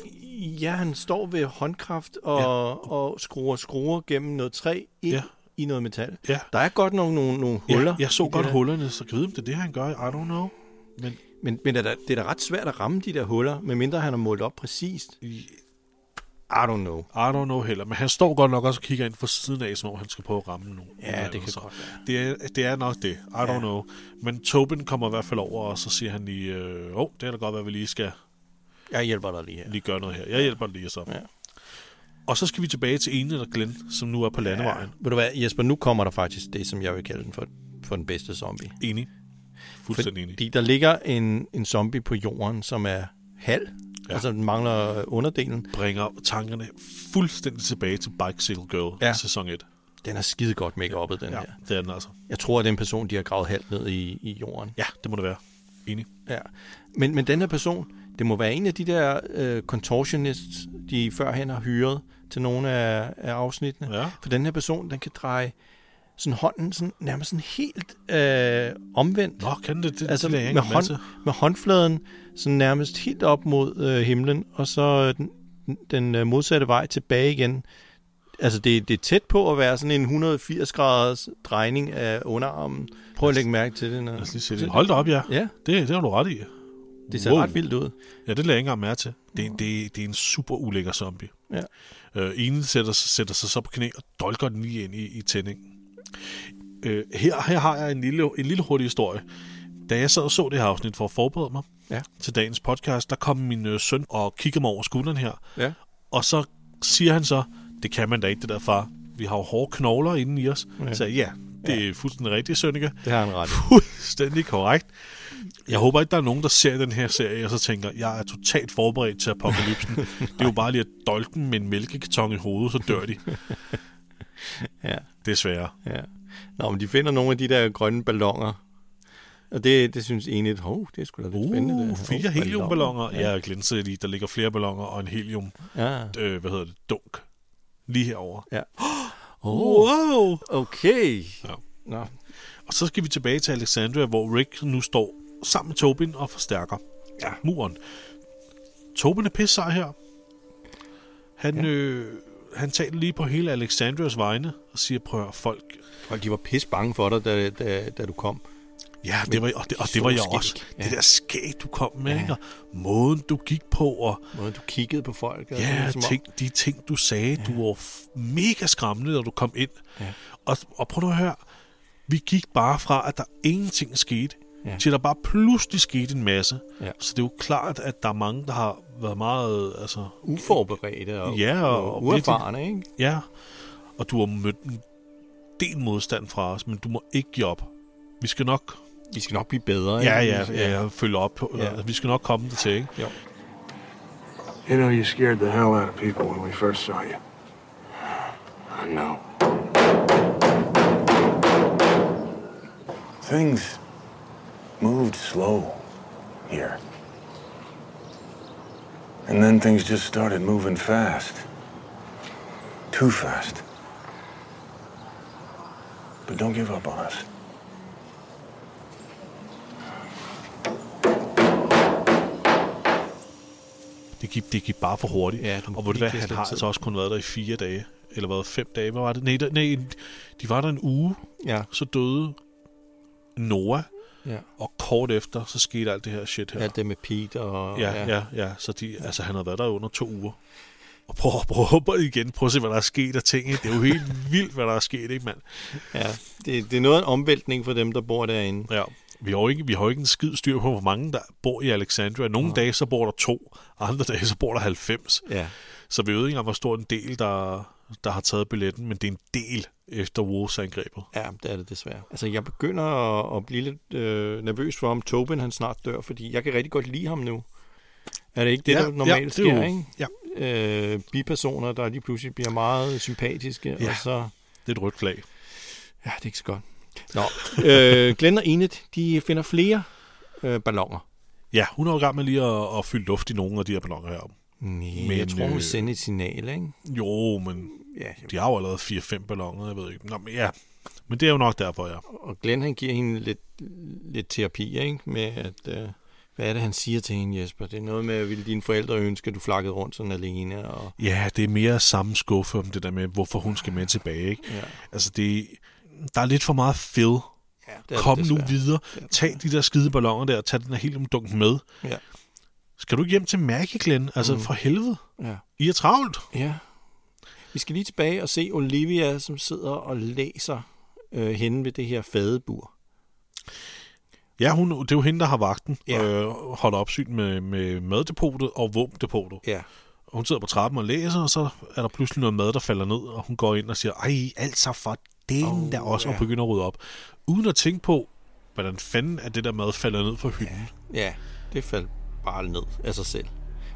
Ja, han står ved håndkraft og, ja. og skruer skruer gennem noget træ ind
Ja.
ja. i noget metal.
Ja.
Der er godt nok nogle, nogle huller.
Ja, jeg så
i det
godt
der.
hullerne, så kan jeg vide, om det er det, han gør. I don't know. Men
Men, men er der, det er da ret svært at ramme de der huller, medmindre han har målt op præcist.
I
don't know.
I don't know heller. Men han står godt nok også og kigger ind fra siden af, som om han skal prøve at ramme nogen.
Ja, det kan
Så
godt være.
Det er, det er nok det. I ja. don't know. Men Tobin kommer i hvert fald over, og så siger han lige, åh, øh, oh, det er da godt, at vi lige skal
Jeg hjælper dig lige her.
lige gøre noget her. Jeg hjælper dig lige så.
Ja.
Og så skal vi tilbage til Enid og Glenn, som nu er på landevejen.
Ved du hvad, Jesper, nu kommer der faktisk det, som jeg vil kalde den for, for den bedste zombie.
Ja. Enig. Fuldstændig enig.
Fordi der ligger en, en zombie på jorden, som er halv.
Ja.
Ja. Altså, den mangler øh, underdelen.
Bringer tankerne fuldstændig tilbage til Bike Sale Girl ja.
Ja.
sæson 1.
Den er skide godt make den ja, her.
det er den altså.
Jeg tror, at den person, de har gravet halvt ned i, i jorden.
Ja, det må det være. Enig.
Ja. Men, men den her person, det må være en af de der øh, contortionists, de førhen har hyret til nogle af, af afsnittene.
Ja.
For den her person, den kan dreje sådan hånden sådan, nærmest sådan helt øh, omvendt.
Nå, kan det? Det,
altså
det lærer jeg
med,
ikke en
hånd,
masse.
med håndfladen sådan nærmest helt op mod øh, himlen, og så øh, den, den øh, modsatte vej tilbage igen. Altså det, det er tæt på at være sådan en 180 graders drejning af underarmen. Prøv at lægge mærke til det. Når...
Lad os lige se det. Hold da op, Altså, ja.
Ja.
Det, det har du ret i.
Det ser ret vildt ud.
Ja, det lader jeg ikke engang mærke til. Det, det, det er en super ulækker zombie.
Ja.
Øh, ene sætter, sig- sætter sig så på knæ og dolker den lige ind i, i tændingen. Øh, her, her har jeg en lille, en lille hurtig historie. Da jeg sad og så det her afsnit for at forberede mig
Ja.
til dagens podcast, der kom min øh, søn og kigger mig over skulderen her.
Ja.
Og så siger han så, det kan man da ikke, det der far. Vi har jo hårde knogler inden i os.
Ja.
Ja. Så ja, det er fuldstændig rigtigt, Sønneke.
Det har han ret i.
Fuldstændig korrekt. Jeg håber ikke, der er nogen, der ser den her serie, og så tænker, jeg er totalt forberedt til apokalypsen. det er jo bare lige at dolke dem med en mælkekarton i hovedet, så dør de.
Ja.
Desværre.
Ja. Nå, men de finder nogle af de der grønne ballonger. Og det, det synes en et, hov, det er sgu da lidt spændende. det her.
Uh, fire
Hov,
heliumballoner. Ja,
Ja.
jeg glænsede lige. Der ligger flere balloner og en helium.
Ja.
Øh, hvad hedder det? Dunk. Lige herover.
ja.
Wow!
Okay.
Ja.
Nå.
Og så skal vi tilbage til Alexandria, hvor Rick nu står sammen med Tobin og forstærker ja. muren. Tobin er pissej her. Han, ja. øh, han taler lige på hele Alexandrias vegne og siger, prøv at høre, folk...
Folk, de var pis bange for dig, da, da, da du kom.
Ja, det
Men
var, og det, og
de
det var
så
jeg
skæg.
også.
Ja.
Ja. Det der skæg, du kom med, ja. og måden, du gik på, og
Måden, du kiggede på folk. og
Ja,
sådan, som om-
ting, de ting, du sagde, ligesom ja. du var f- mega skræmmende, da du kom ind.
Ja.
Og, og prøv nu at høre, vi gik bare fra, at der ingenting skete,
Ja.
ja. til der bare pludselig skete en masse.
Ja.
Så det er jo klart, at der er mange, der har været meget... Altså,
Uforberedte og,
ja, og, og
uerfarne, ikke?
virkelig- Ja, og du har mødt en del modstand fra os, men du må ikke give op. Vi skal nok...
Vi skal nok blive bedre,
Ja,
ikke?
ja, ja, ja følge op på.
Ja.
Ja. Vi skal nok komme det til, ikke?
Jo.
You know, you scared the hell out of people when we first saw you.
I know. Things moved slow here. And then things just started moving fast. Too fast. But don't give up on us.
Det gik, det gik bare for hurtigt.
Ja, det må
og ved du
lige
hvad,
kaste
han
lidt
har
tid.
altså også kun været der i fire dage. Eller hvad, fem dage? Hvad var det? Nej, der, nej, en- de var der en uge.
Ja.
Så døde Noah.
Ja.
Og kort efter, så skete alt det her shit her.
Alt det med Pete og...
Ja, ja, ja. Så de, altså, han har været der under to uger. Og prøv, prøv, prøv igen, prøv at se, hvad der er sket af ting. Ikke? Det er jo helt vildt, hvad der er sket, ikke mand?
ja. Det, det er noget af en omvæltning for dem, der bor derinde.
Ja. Vi har jo ikke, vi har jo ikke en skid styr på, hvor mange der bor i Alexandria. Nogle dage, så bor der to, og andre dage, så bor der 90.
Ja.
Så vi ved ikke engang, hvor stor en del, der, der har taget billetten, men det er en del efter Wolves-angrebet.
Ja, det er det desværre. Altså, jeg begynder at, at blive lidt øh, nervøs for, om Tobin han snart dør, fordi jeg kan rigtig godt lide ham nu. Er det ikke det,
Ja,
der normalt
ja, det er
sker,
jo-
ikke? Ja. Øh, bipersoner, der lige pludselig bliver meget sympatiske, ja.
Ja.
og så...
Det er et rødt flag.
Ja, det er ikke så godt. Nå, øh, Glenn og Enid, de finder flere øh, ballonger.
Ja, hun er jo i gang med lige at, at fylde luft i nogle af de her balloner her.
Nej, men øh, jeg tror, hun sender et signal, ikke?
Jo, men
Ja,
de har jo allerede 4-5 balloner, jeg ved ikke. Nå, men ja, men det er jo nok derfor, ja.
Og Glenn, han giver hende lidt, lidt terapi, ikke? Med at... Øh, hvad er det, han siger til hende, Jesper? Det er noget med, at ville dine forældre ønske, at du flakkede rundt sådan alene, og...
Ja, det er mere samme skuffe om det der med, hvorfor hun skal med tilbage. Ikke?
Ja.
Altså, det, der er lidt for meget fed.
det
Ja,
er
Kom
det
nu
desværre.
videre. Tag de der skide balloner der, og tag den her helt omdunk med.
Ja.
Skal du ikke hjem til Maggie, Glenn? Altså,
Mm.
for helvede.
Ja.
I er travlt.
Ja. Vi skal lige tilbage og se Olivia, som sidder og læser øh, henne ved det her fadebur.
Ja, hun, det er jo hende, der har vagten
Ja.
ja. øh, holder opsyn med, med maddepotet og våbendepotet.
Ja.
Og Hun sidder på trappen og læser, og så er der pludselig noget mad, der falder ned, og hun går ind og siger, ej, altså for den oh, der også, ja.
ja.
og begynder at rydde op. Uden at tænke på, hvordan fanden er det der mad falder ned fra hylden. Ja.
Ja, det faldt bare ned af sig selv.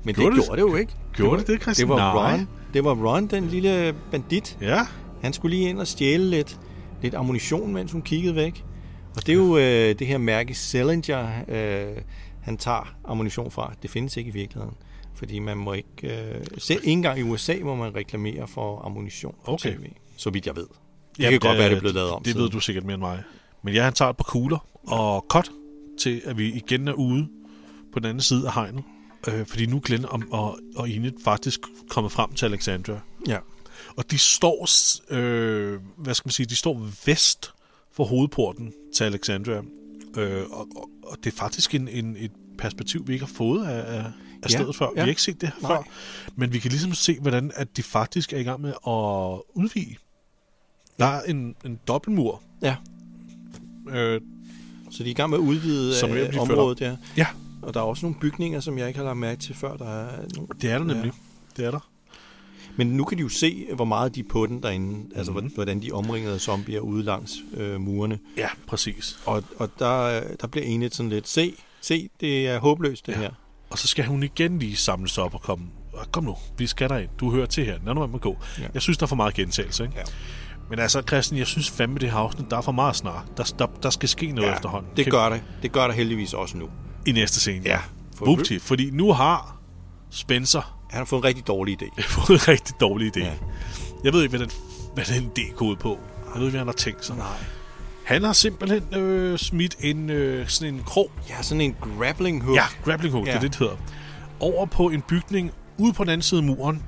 Men
Gjorde
det,
det?
gjorde det jo ikke.
Gjorde
var-
det det, Christian?
Det var
Nej.
Ron, det var Ron den lille bandit,
ja.
Han skulle lige ind og stjæle lidt, lidt ammunition, mens hun kiggede væk. Og det er jo øh, det her mærke Sellinger, øh, han tager ammunition fra. Det findes ikke i virkeligheden. Fordi man må ikke... Øh, selv ikke engang i USA må man reklamere for ammunition på
Okay.
tv. Så vidt jeg ved. Det kan godt være, det er blevet lavet om.
Det ved
siden.
du sikkert mere end mig. Men ja, han tager et par kugler og cut til, at vi igen er ude på den anden side af hegnet. Øh, fordi nu er Glenn og, og, og Enid faktisk kommet frem til Alexandria.
Ja.
Og de står, s- øh, hvad skal man sige, de står vest for hovedporten til Alexandria. Øh, og, og, og det er faktisk en, en, et perspektiv, vi ikke har fået af, af, af
Ja,
stedet før. Vi
ja.
har ikke set det her
Nej.
før. Men vi kan ligesom se, hvordan at de faktisk er i gang med at udvide. Der er en, en dobbeltmur.
Ja.
Øh,
Så de er i gang med at udvide
Som
som
er ved at blive
området,
ført
ja.
op. Ja.
Og der er også nogle bygninger, som jeg ikke har lagt mærke til før. Der er nogle,
Det er der nemlig. Det er der.
Men nu kan de jo se, hvor meget de er på den derinde. Mm-hmm. Altså,
Mhm.
hvor- hvordan de omringede zombier ude langs øh, murene.
Ja, præcis.
Og, og der, øh, der bliver enigt sådan lidt, se, se, det er håbløst det ja. her.
Og så skal hun igen lige samles op og komme. "Ah, Kom nu, vi skal derind. Du hører til her. Lad nu være med at gå. Ja.
Ja.
Jeg synes, der er for meget gentagelse. Ikke? Ja. Men altså, Christian, jeg synes fandme det her afsnit, der er for meget snak. Der, der, der skal ske noget ja, efterhånden.
Det
Kan-
gør der. Det gør der heldigvis også nu.
I næste scene.
Ja.
For Vupti, fordi nu har Spencer...
Han har fået en rigtig dårlig idé.
fået en rigtig dårlig idé. Ja. Jeg ved ikke, hvad den, hvad den idé kode på. Jeg ved ikke, hvad han har tænkt sig. Nej. Han har simpelthen øh, smidt en, øh, sådan en krog.
Ja, sådan en grappling hook.
Ja, grappling hook, ja. det er
Ja.
det, det hedder. Over på en bygning ude på den anden side af muren.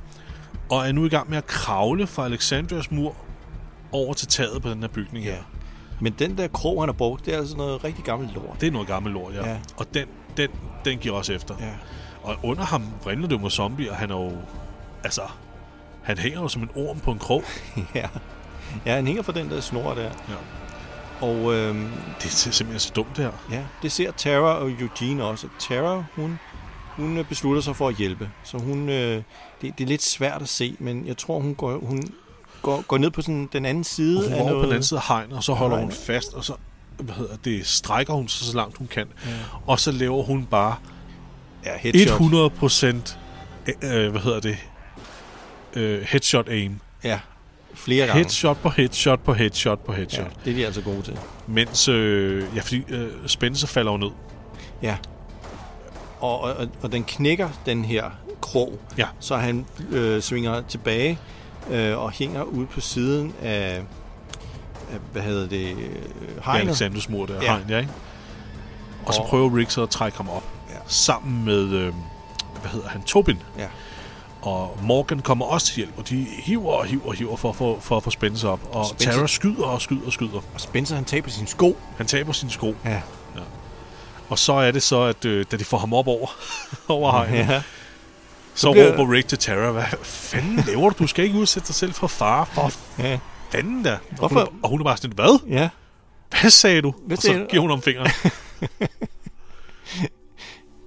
Og er nu i gang med at kravle fra Alexandrias mur over til taget på den her bygning her.
Men den der krog, han har brugt, det er altså noget rigtig gammelt lort.
Det er noget gammelt lort, ja. ja.
Ja.
Og den, den, den giver også efter.
Ja.
Og under ham vrimler det jo mod zombier. og Han er jo... Altså, han hænger jo som en orm på en krog.
ja. ja, han hænger for den der snor der.
Ja.
Og øhm,
Det er simpelthen så dumt, det her.
Ja, det ser Tara og Eugene også. Tara, hun, hun øh, beslutter sig for at hjælpe. Så hun, øh, det, det er lidt svært at se, men jeg tror, hun går, hun går, går ned på sådan den anden side
Hun
af
går over
noget.
på den anden side af hegnet, og så holder hun
Hegnet.
fast, og så hvad hedder det, strækker hun sig så langt hun kan. Ja.
Ja.
Og så laver hun bare
Ja, headshot.
100 procent, øh, hvad hedder det, øh, headshot aim.
Ja, flere gange.
Headshot på headshot på headshot på headshot. Ja.
Det er de altså gode til.
Mens, øh, ja, fordi øh, Spencer falder jo ned.
Ja. Og, og, og- og den knækker den her krog,
Ja.
så han øh, svinger tilbage øh, og hænger ud på siden af, af hvad hedder det, øh,
Hegnet.
hegnet.
Alexanders mur der, ja.
Ja.
Hegn, ja, ikke? Og så
Og-
prøver Rick så at trække ham op. Ja. Sammen med, øh, hvad hedder han, Tobin.
Ja.
Og Morgan kommer også til hjælp, og de hiver og hiver og hiver for, at få- for at få Spencer op. Og Spencer.
Spencer-
Tara skyder og skyder og skyder.
Og Spencer, han taber sin sko.
Han taber sin sko.
Ja.
Oh. ja. Og så er det så, at øh, da de får ham op over, over hegnet, ja.
Ja.
så
bliver-
råber Rick til Tara, hvad fanden laver du? Du skal ikke udsætte dig selv for fare. For
Ja.
fanden da. Og hun,
Hvorfor?
er- og hun er bare sådan, lidt, hvad?
Ja.
Hvad sagde du?
Hvad
og
sagde
så
du?
giver hun om fingeren.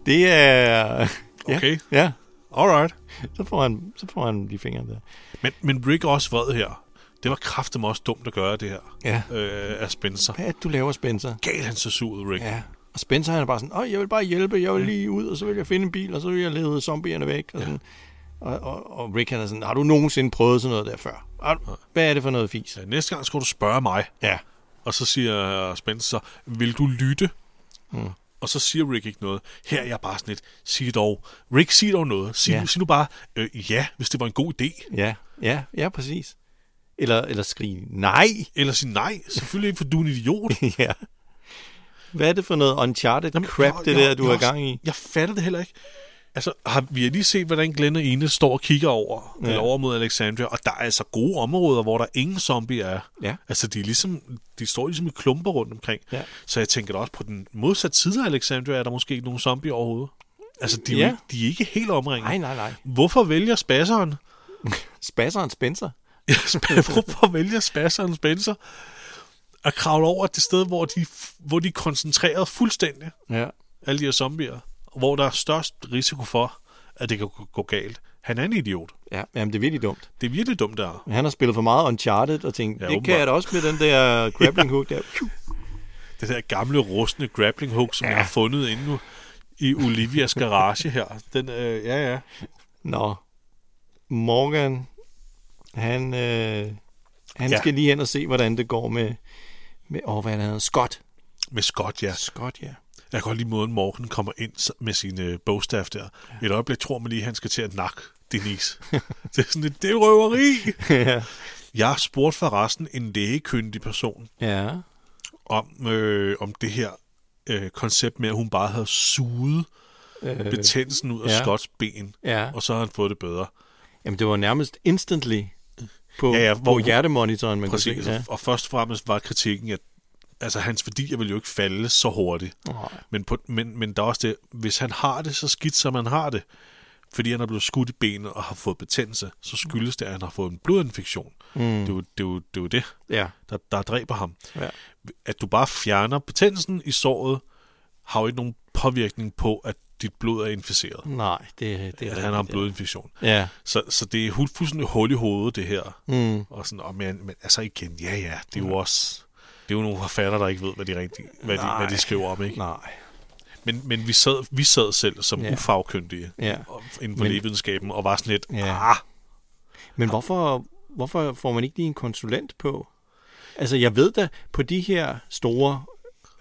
Det er... Ja,
Okay.
Ja.
Alright.
Så får han, så får han de fingre der.
Men, men Rick er også vred her. Det var kraftedeme også dumt at gøre det her.
Ja.
Øh, af Spencer.
Hvad er det, du laver, Spencer?
Gal han så sur ud, Rick.
Ja. Og Spencer han er bare sådan, Åh, jeg vil bare hjælpe, jeg vil lige ud, og så vil jeg finde en bil, og så vil jeg lede zombierne væk. Og, sådan. Og, og, og Rick han er sådan, har du nogensinde prøvet sådan noget der før? Har du- Hvad er det for noget fis?
Ja, Næste gang skal du spørge mig.
Ja.
Og så siger Spencer, vil du lytte? Mm. Og så siger Rick ikke noget. Her er jeg bare sådan lidt, sig dog. Rick, sig dog noget. Sig,
Ja.
ja. sig nu bare, øh, ja, hvis det var en god idé.
Ja, ja, ja, præcis. Eller, eller skrige, nej!
Eller sig nej, selvfølgelig ikke, for du er en idiot.
ja. Hvad er det for noget uncharted Jamen, crap, det der, du er
også-
gang i?
Jeg fatter det heller ikke. Altså, har, vi har lige set, hvordan Glenn og Ine står og kigger over, ja.
Ja.
eller over mod Alexandria, og der er altså gode områder, hvor der ingen zombier er.
Ja.
Altså, de, er ligesom, de står ligesom i klumper rundt omkring.
Ja.
Så jeg tænker da også, på den modsatte side af Alexandria, er der måske ikke nogen zombier overhovedet. Altså, de, er
Ja.
ja. ikke, de er ikke helt omringet.
Nej, nej, nej.
Hvorfor vælger spasseren?
Spasseren Spencer?
Ja, sp- Hvorfor vælger spasseren Spencer at kravle over det sted, hvor de, hvor de er koncentreret fuldstændig?
Ja.
alle de her zombier, hvor der er størst risiko for, at det kan gå- gå galt. Han er en idiot.
Ja, jamen det er virkelig dumt.
Det er virkelig dumt, der.
Han har spillet for meget Uncharted og tænkt,
Ja,
ja, det kan
åbenbart.
jeg da også med den der grappling hook der.
Det der gamle, rustne grappling hook, som ja. jeg har fundet inde nu i Olivias garage her. Den, øh, ja, ja.
Nå, Morgan, han, øh, Han
Ja.
ja. skal lige hen og se, hvordan det går med, med åh, hvad er det, han hedder? Scott.
Med Scott, ja.
Scott, ja.
Jeg kan godt lide måden, Morgan kommer ind s- med sin øh, bogstav der. Et øjeblik tror man lige, han skal til at nakke Denise. det er sådan et, det er røveri.
ja.
Jeg spurgte forresten en lægekyndig person,
Ja.
om, øh, om det her øh, koncept med, at hun bare havde suget øh,
Øh,
betændelsen ud af
ja.
ja. Scotts ben,
Ja.
og så har han fået det bedre.
Jamen, det var nærmest instantly på,
Ja, ja,
på
hvor-
hjertemonitoren, man
Præcis. altså,
kunne se. Ja.
Og først og fremmest var kritikken, at altså, hans værdier ville jo ikke falde så hurtigt.
Nej.
Men, på, men, men der er også det, hvis han har det så skidt, som han har det, fordi han er blevet skudt i benet og har fået betændelse, så skyldes det, at han har fået en blodinfektion.
Mm.
Det, er jo, det, er jo, det er jo det,
Ja.
der, der dræber ham.
Ja.
At du bare fjerner betændelsen i såret, har jo ikke nogen påvirkning på, at dit blod er inficeret.
Nej, det, det er
at han har en
rigtigt, ja.
blodinfektion.
Ja.
Så, så det er hu- fuldstændig hul i hovedet, det her.
Mm.
Og sådan, og men, men altså igen, ja ja, det er jo også... Det er jo nogle forfatter, der ikke ved, hvad de, rigtig, hvad de, hvad
Nej.
de skriver om, ikke?
Nej.
Men, men vi, sad, vi sad selv som
Ja.
ja. ufagkyndige
Ja.
og- inden for
Men-
lægevidenskaben, og var sådan lidt,
Ja.
ah,
Men hvorfor, hvorfor får man ikke lige en konsulent på? Altså, jeg ved da, på de her store,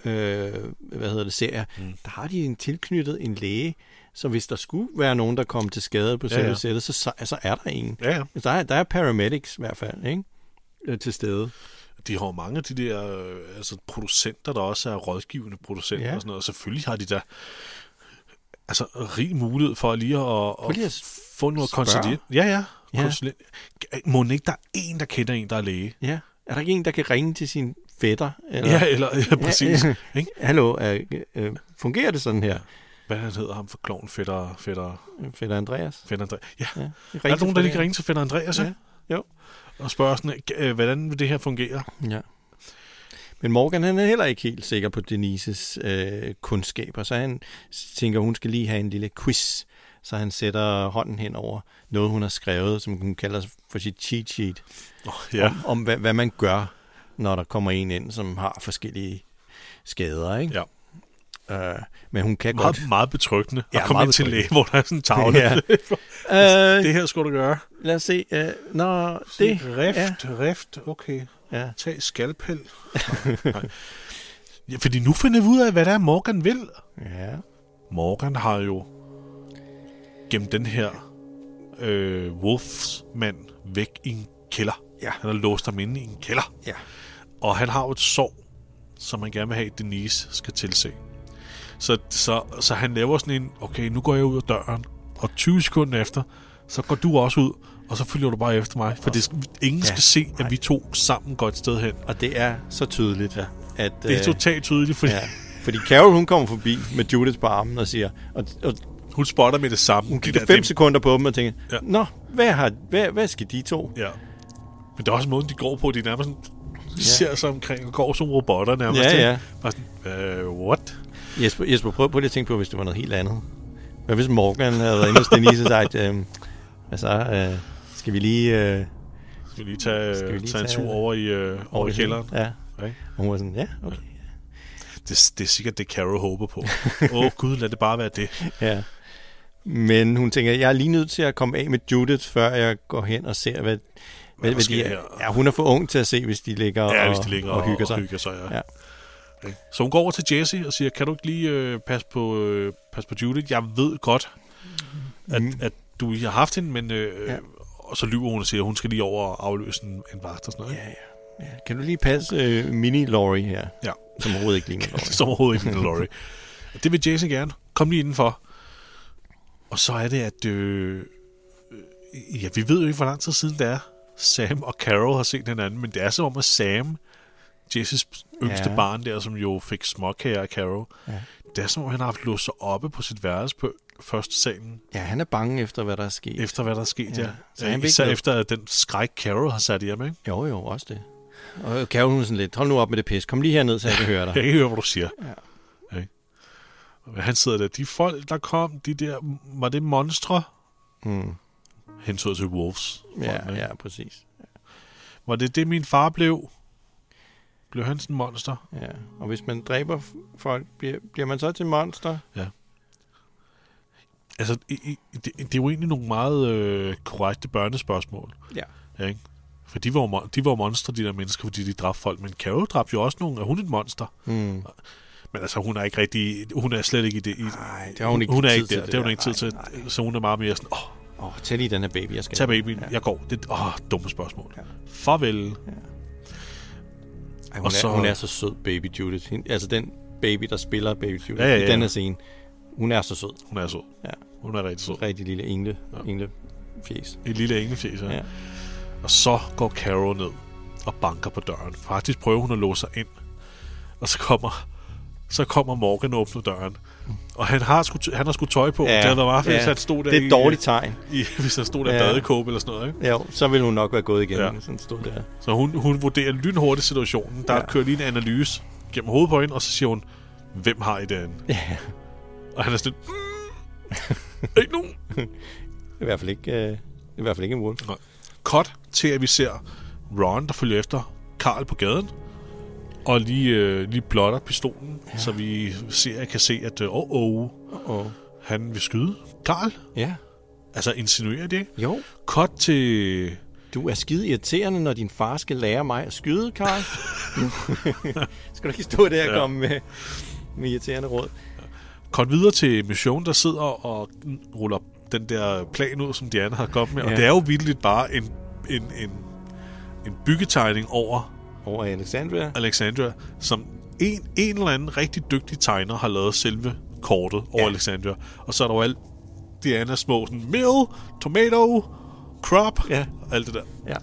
øh, hvad hedder det, serier, mm. der har de en tilknyttet en læge, så hvis der skulle være nogen, der kom til skade på
Ja,
ja, selve
ja.
sættet, så, så altså, er der ingen.
Ja, ja.
Der, er, der er paramedics i hvert fald, ikke? Øh, Til stede.
de har jo mange af de der øh, altså producenter, der også er rådgivende producenter
Ja.
ja. og sådan noget, og selvfølgelig har de da altså rig mulighed for lige at, at,
lige at
f- få noget
spørge.
konsulent. Ja, ja.
Ja.
Konsulent. Må den ikke, der er en, der kender en, der er læge?
Ja. Er der ikke en, der kan ringe til sin fætter?
Ja, eller- ja, præcis,
Ja,
ikke?
Hallo, øh, øh, fungerer det sådan her?
Hvad han hedder ham for kloven fætter, fætter,
Fætter Andreas?
fætter Andreas. Ja.
Ja,
ja.
ring
Er der
til
nogen, der lige
Fætter-
kan ringe til fætter Andreas? Ja.
Jo.
Og spørge sådan, øh, hvordan vil det her fungere?
Ja. Men Morgan, han er heller ikke helt sikker på Denises øh, kundskaber, så han tænker, hun skal lige have en lille quiz. Så han sætter hånden hen over noget, hun har skrevet, som hun kalder for sit cheat sheet.
Oh, ja.
Om, om hvad, hvad man gør, når der kommer en ind, som har forskellige skader, ikke? Ja. Øh, men hun kan
Meget,
godt...
meget betryggende ja,
Ja,
at komme
meget
ind til en læge,
betryggende.
hvor der er sådan en tavle.
Ja.
det her skulle du gøre.
Øh, Lad os se. Øh, når
Det,
det...
rift,
Ja.
ja. rift, okay.
Ja.
Tag skalpel. Nej. ja, fordi nu finder vi ud af, hvad der er, Morgan vil.
ja.
Morgan har jo gennem den her øh, wolfsmand væk i en kælder.
Ja.
Han har låst ham inde i en kælder.
Ja.
Og han har jo et sår, som han gerne vil have, at Denise skal tilse. Så, så, så han laver sådan en, okay, nu går jeg ud af døren, og 20 sekunder efter, så går du også ud, og så følger du bare efter mig, for det, ingen ja,
Ja,
skal se, at vi to sammen går et sted hen.
Og det er så tydeligt, ja. at...
Det er totalt tydeligt, fordi
Ja, fordi Carol, hun kommer forbi med Judith på armen og siger... Og, og
hun spotter med det samme.
hun
de
kigger
der
fem
dem-
sekunder på dem og tænker, ja.
Ja.
Nå, hvad, har, hvad, hvad skal de to?
Ja. Men det er også måden, de går på. De er nærmest sådan, de ser sig omkring og går som robotter nærmest.
Ja,
ikke?
ja.
Bare sådan, uh, what?
Jesper, Jesper prøv, prøv lige at tænke på, hvis det var noget helt andet. Hvad hvis Morgan havde været inde hos Denise og sagt, øhm, hvad så, øh, skal vi lige... Øh,
Skal vi lige tage,
Skal vi lige
tage en
tage-
tur over i, øh, over i
i
kælderen?
Ja.
Okay.
Og hun var sådan, ja, okay.
Det, det er sikkert det, Carol håber på. Åh oh, gud, lad det bare være det.
Ja. Men hun tænker, jeg er lige nødt til at komme af med Judith, før jeg går hen og ser, hvad, hvad, hvad de
sker
er.
her?
Ja, hun er for ung til at se, hvis de ligger,
Ja,
og,
hvis de ligger
og,
og-
hygger
og
sig.
hygger sig, ja.
ja.
Ikke? Så hun går over til Jesse og siger, kan du ikke lige øh, passe, på, øh, passe på Judith? Jeg ved godt, at, mm. at du lige har haft hende, men... Øh,
Ja.
ja. Og så lyver hun og siger, at hun skal lige over og afløse en, en vagt og sådan noget.
Ja, ja. ja. Kan du lige passe øh, mini Laurie her?
Ja.
Som overhovedet ikke ligner Laurie.
Det står overhovedet ikke med Laurie. Og Det vil Jason gerne. Kom lige indenfor. Og så er det, at... Øh, øh, ja, vi ved jo ikke, hvor lang tid siden det er. Sam og Carol har set hinanden, men det er som om, at Sam, Jasons yngste
Ja.
ja. barn der, som jo fik småkager af Carol, ja. det er som om, han har haft låst sig oppe på sit værelse på første salen,
Ja, han er bange efter, hvad der er sket.
efter hvad der er sket,
Ja.
ja.
Så
ja. Øh,
han vil ikke
Især
nå-
efter at den skræk, Carol har sat i ham, ikke?
Jo, jo, også det. Og Carol, hun er sådan lidt, hold nu op med det pis. Kom lige herned, så jeg kan høre
Jeg kan
dig.
ikke høre, hvad du siger. Ja. Okay. Men Han sidder der. De folk, der kom, de der, var det monstre?
Hmm.
Hensyder til Wolves.
Ja,
Ikke?
ja, præcis.
Var det det, min far blev? Blev han sådan en monster?
Ja. Og hvis man dræber f- folk, bliver, bliver man så til monster?
Altså, i, i, det, det er jo egentlig nogle meget øh, korrekte børnespørgsmål.
Ja.
Ja, ikke? For de var, jo mon- de var jo monstre, de der mennesker, fordi de dræbte folk. Men Carol dræbte jo også nogen. Er hun et monster?
Mm.
Men altså, hun er ikke rigtig... Hun er slet ikke i det. Nej,
det har hun ikke
hun er
tid
ikke
til
der.
det
Det har hun
der.
ikke tid til. Så hun er meget mere sådan, åh,
oh, tag lige den her baby, jeg skal.
Tag babyen, ja. jeg går. Det, åh, dumme spørgsmål. Ja. Farvel. Ja.
Ej, hun, er, så, hun er så sød, baby Judith. Hende, altså den baby, der spiller baby Judith
Ja, ja, ja.
i den her scene. Hun er så sød.
Hun er sød.
Ja.
Hun er rigtig sød.
Rigtig lille engle, ja. engle fjes.
Et lille englefjes, ja.
Ja.
Og så går Carol ned og banker på døren. Faktisk prøver hun at låse sig ind. Og så kommer, så kommer Morgan og åbner døren. Og han har sgu, han har sgu tøj på.
Ja,
det havde været meget fedt,
ja.
hvis han stod der
Det er et
i-
dårligt tegn.
I, hvis han stod der i
Ja.
badekåbe eller sådan noget, ikke?
Jo, så ville hun nok være gået igen.
Ja.
Ja. Sådan stod der.
Så hun, hun vurderer lynhurtigt situationen. Der ja.
Ja.
kører lige en analyse gennem hovedet på hende, og så siger hun, hvem har I den?
Ja.
Og han er sådan, mm, ikke nogen.
I hvert fald ikke, øh, i hvert fald ikke en wolf.
Nej. Cut til, at vi ser Ron, der følger efter Karl på gaden, og lige, øh, lige blotter pistolen, ja. så vi ser, kan se, at øh, oh, oh,
oh.
han vil skyde Karl.
Ja.
Altså insinuerer det, ikke?
Jo.
Cut til...
Du er skide irriterende, når din far skal lære mig at skyde, Karl. skal du ikke stå der og
Ja.
ja. komme med, med irriterende råd?
Kom videre til missionen, der sidder og ruller den der plan ud, som Diana har kommet med. Ja. Og
Ja.
det er jo vildt bare en, en, en, en byggetegning over
Over Alexandria.
Alexandria, som en, en eller anden rigtig dygtig tegner har lavet selve kortet over ja. Alexandria. Og så er der jo alt Diana små sådan, mill, tomato, crop, ja. alt det der.
Ja.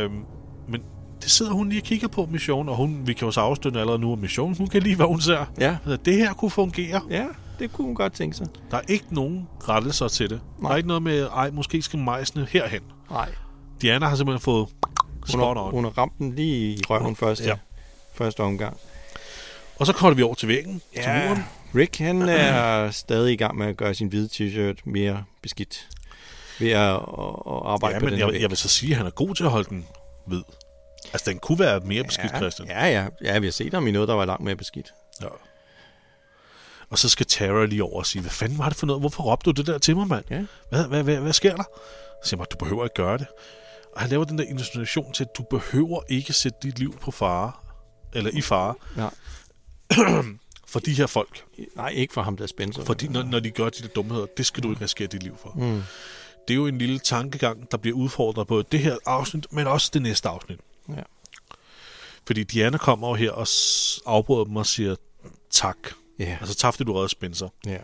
Øhm, men det sidder hun lige og kigger på missionen, og hun, vi kan jo så afstøtte allerede nu om missionen. Hun kan lige, hvad hun ser.
Ja.
Altså, det her kunne fungere.
Ja, det kunne hun godt tænke sig.
Der er ikke nogen rettelser til det. Nej. Der er ikke noget med, ej, måske skal mejsene herhen.
Nej.
Diana har simpelthen fået
Hun
spot
har,
on.
hun har ramt den lige i røven første,
Ja.
ja. første omgang.
Og så kommer vi over til væggen, ja. til muren.
Rick, han er stadig i gang med at gøre sin hvide t-shirt mere beskidt ved at, at at arbejde
Ja,
på
men
den her
jeg,
væg.
jeg vil så sige, at han er god til at holde den ved. Altså, den kunne være mere beskidt,
ja,
Christian.
Ja, ja. Ja, vi har set ham i noget, der var langt mere beskidt.
Ja. Og så skal Tara lige over og sige, hvad fanden var det for noget? Hvorfor råbte du det der til mig, mand?
Ja.
Hvad, hvad, hvad, hvad sker der? Så siger man, du behøver ikke gøre det. Og han laver den der insinuation til, at du behøver ikke sætte dit liv på fare, eller i fare,
Ja.
for de her folk.
Nej, ikke for ham, der er Spencer.
Fordi når, når de gør de der dumheder, det skal du ikke risikere dit liv for.
Mm.
Det er jo en lille tankegang, der bliver udfordret på det her afsnit, men også det næste afsnit.
Ja.
Fordi Diana kommer over her og s- afbryder dem og siger tak.
Ja.
Altså tak, fordi du redder Spencer.
Ja.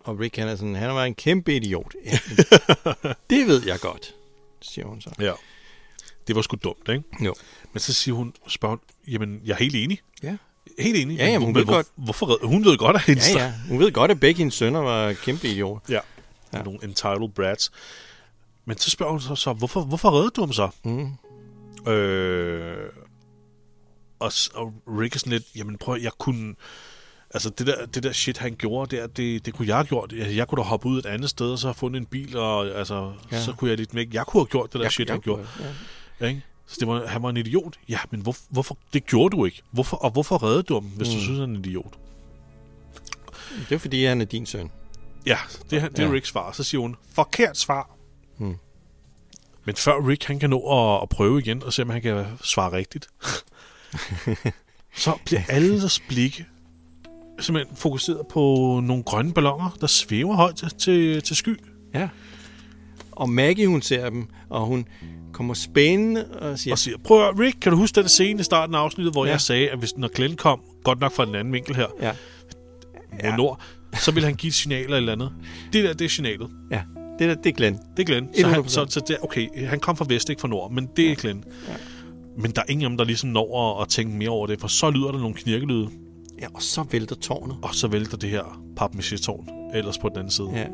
Og Rick, han er sådan, han var en kæmpe idiot. Ja, det ved jeg godt, siger hun så.
Ja. Det var sgu dumt, ikke?
Jo.
Men så siger hun, spørger hun, jamen, jeg er helt enig.
Ja.
Helt enig.
Ja, jamen, hun
Men
ved godt.
Hvorfor, red- hun ved godt, at hendes
Ja, ja. Hun ved godt, at begge hendes sønner var kæmpe idioter.
Ja. ja. Nogle entitled brats. Men så spørger hun så, så hvorfor, hvorfor reddede du ham så?
Mm.
Øh, og, s- og Rick er sådan lidt, jamen prøv, at- jeg kunne... Altså det der, det der shit, han gjorde der, det, det kunne jeg have gjort. Jeg, jeg kunne da hoppe ud et andet sted, og så have fundet en bil, og altså, ja.
Ja.
så kunne jeg lidt væk. Jeg kunne have gjort det der
Jeg-
shit,
jeg
han
kunne
gjorde.
have,
Ja. Ikke? Så det var, han var en idiot. Ja, men hvor, hvorfor? Det gjorde du ikke. Hvorfor, og hvorfor reddede du ham, hvis mm. du
Mm.
synes, han er en idiot?
Det er fordi, han er din søn.
Ja, det, er han- det er
Ja.
Ricks svar. Så siger hun, forkert svar.
Mm.
Men før Rick han kan nå at, at prøve igen og se, om han kan svare rigtigt, så bliver alles blikke simpelthen fokuseret på nogle grønne ballonger, der svæver højt til, til, til sky.
Ja. Og Maggie, hun ser dem, og hun kommer spændende og siger...
Og siger, prøv at høre, Rick, kan du huske den scene i starten af afsnittet, hvor ja.
Ja.
jeg sagde, at hvis, når Glenn kom, godt nok fra den anden vinkel her,
Ja.
hvornår, så ville han give et signal eller et eller andet. Det der, det er signalet.
Ja, det, er- det er Glenn.
Det er Glenn. Så, han,
100%.
så, så det, okay, han kom fra vest, ikke fra nord, men det er Glenn. Ja. Men der er ingen af dem, der ligesom når at, at tænke mere over det, for så lyder der nogle knirkelyde,
Ja, og så vælter tårnet.
og så vælter det her papmaché-tårn ellers på den anden side.
Ja.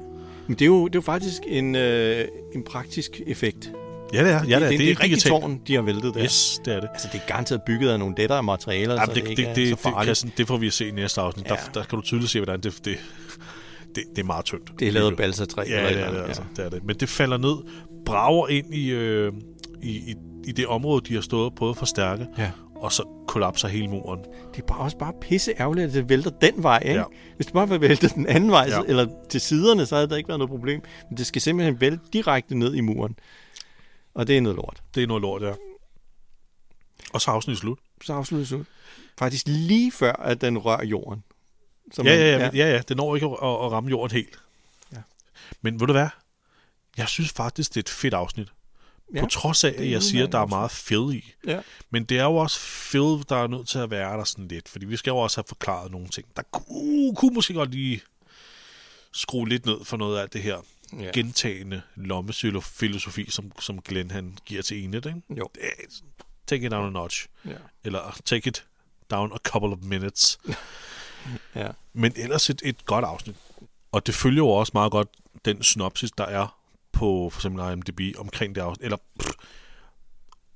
Men det er jo, det er jo faktisk en, øh, en praktisk effekt.
ja det er. Ja, det, er.
det, det, det er rigtig
digitalt.
tårn, de har væltet der.
Yes, det er det.
Altså, det er garanteret bygget af nogle dættere materialer,
Ja,
så
det, det,
ikke
det,
Altså, er
det,
så
det,
farligt.
Christian, det får vi at se i næste afsnit. Ja. Der, der kan du tydeligt se, hvordan det, det, det, det er meget tyndt.
Det er lavet af balsatræ.
Ja, det er det, altså. det er det. Men det falder ned, brager ind i, øh, i, i, i det område, de har stået og prøvet at forstærke,
Ja.
og så kollapser hele muren.
Det er bare også bare pisse ærgerligt, at det vælter den vej, ikke?
Ja.
Ja. Hvis det bare var væltet den anden vej,
Ja.
ja. eller til siderne, så havde der ikke været noget problem. Men det skal simpelthen vælte direkte ned i muren. Og det er noget lort.
Det er noget lort, ja. Og så er afsnittet slut.
Så er afsnittet slut. Faktisk lige før, at den rører jorden.
Som ja, ja, ja, ja, ja, det når ikke at, at at ramme jorden helt.
Ja.
Men ved du hvad? Jeg synes faktisk, det er et fedt afsnit. Ja,
Ja,
på trods af,
det er
at jeg
et
siger, at der er
udmærket
meget fed i.
Ja.
Men det er jo også fed, der er nødt til at være der sådan lidt. Fordi vi skal jo også have forklaret nogle ting. Der kunne, kunne måske godt lige skrue lidt ned for noget af det her
Ja.
ja. gentagende lommefilosofi, som, som Glenn han giver til Enid. Ikke?
Jo.
Det er- Take it down a notch.
Ja.
Eller take it down a couple of minutes.
Ja.
Men ellers et, et godt afsnit. Og det følger jo også meget godt den synopsis, der er på for eksempel IMDb omkring det afsnit. Eller, pff.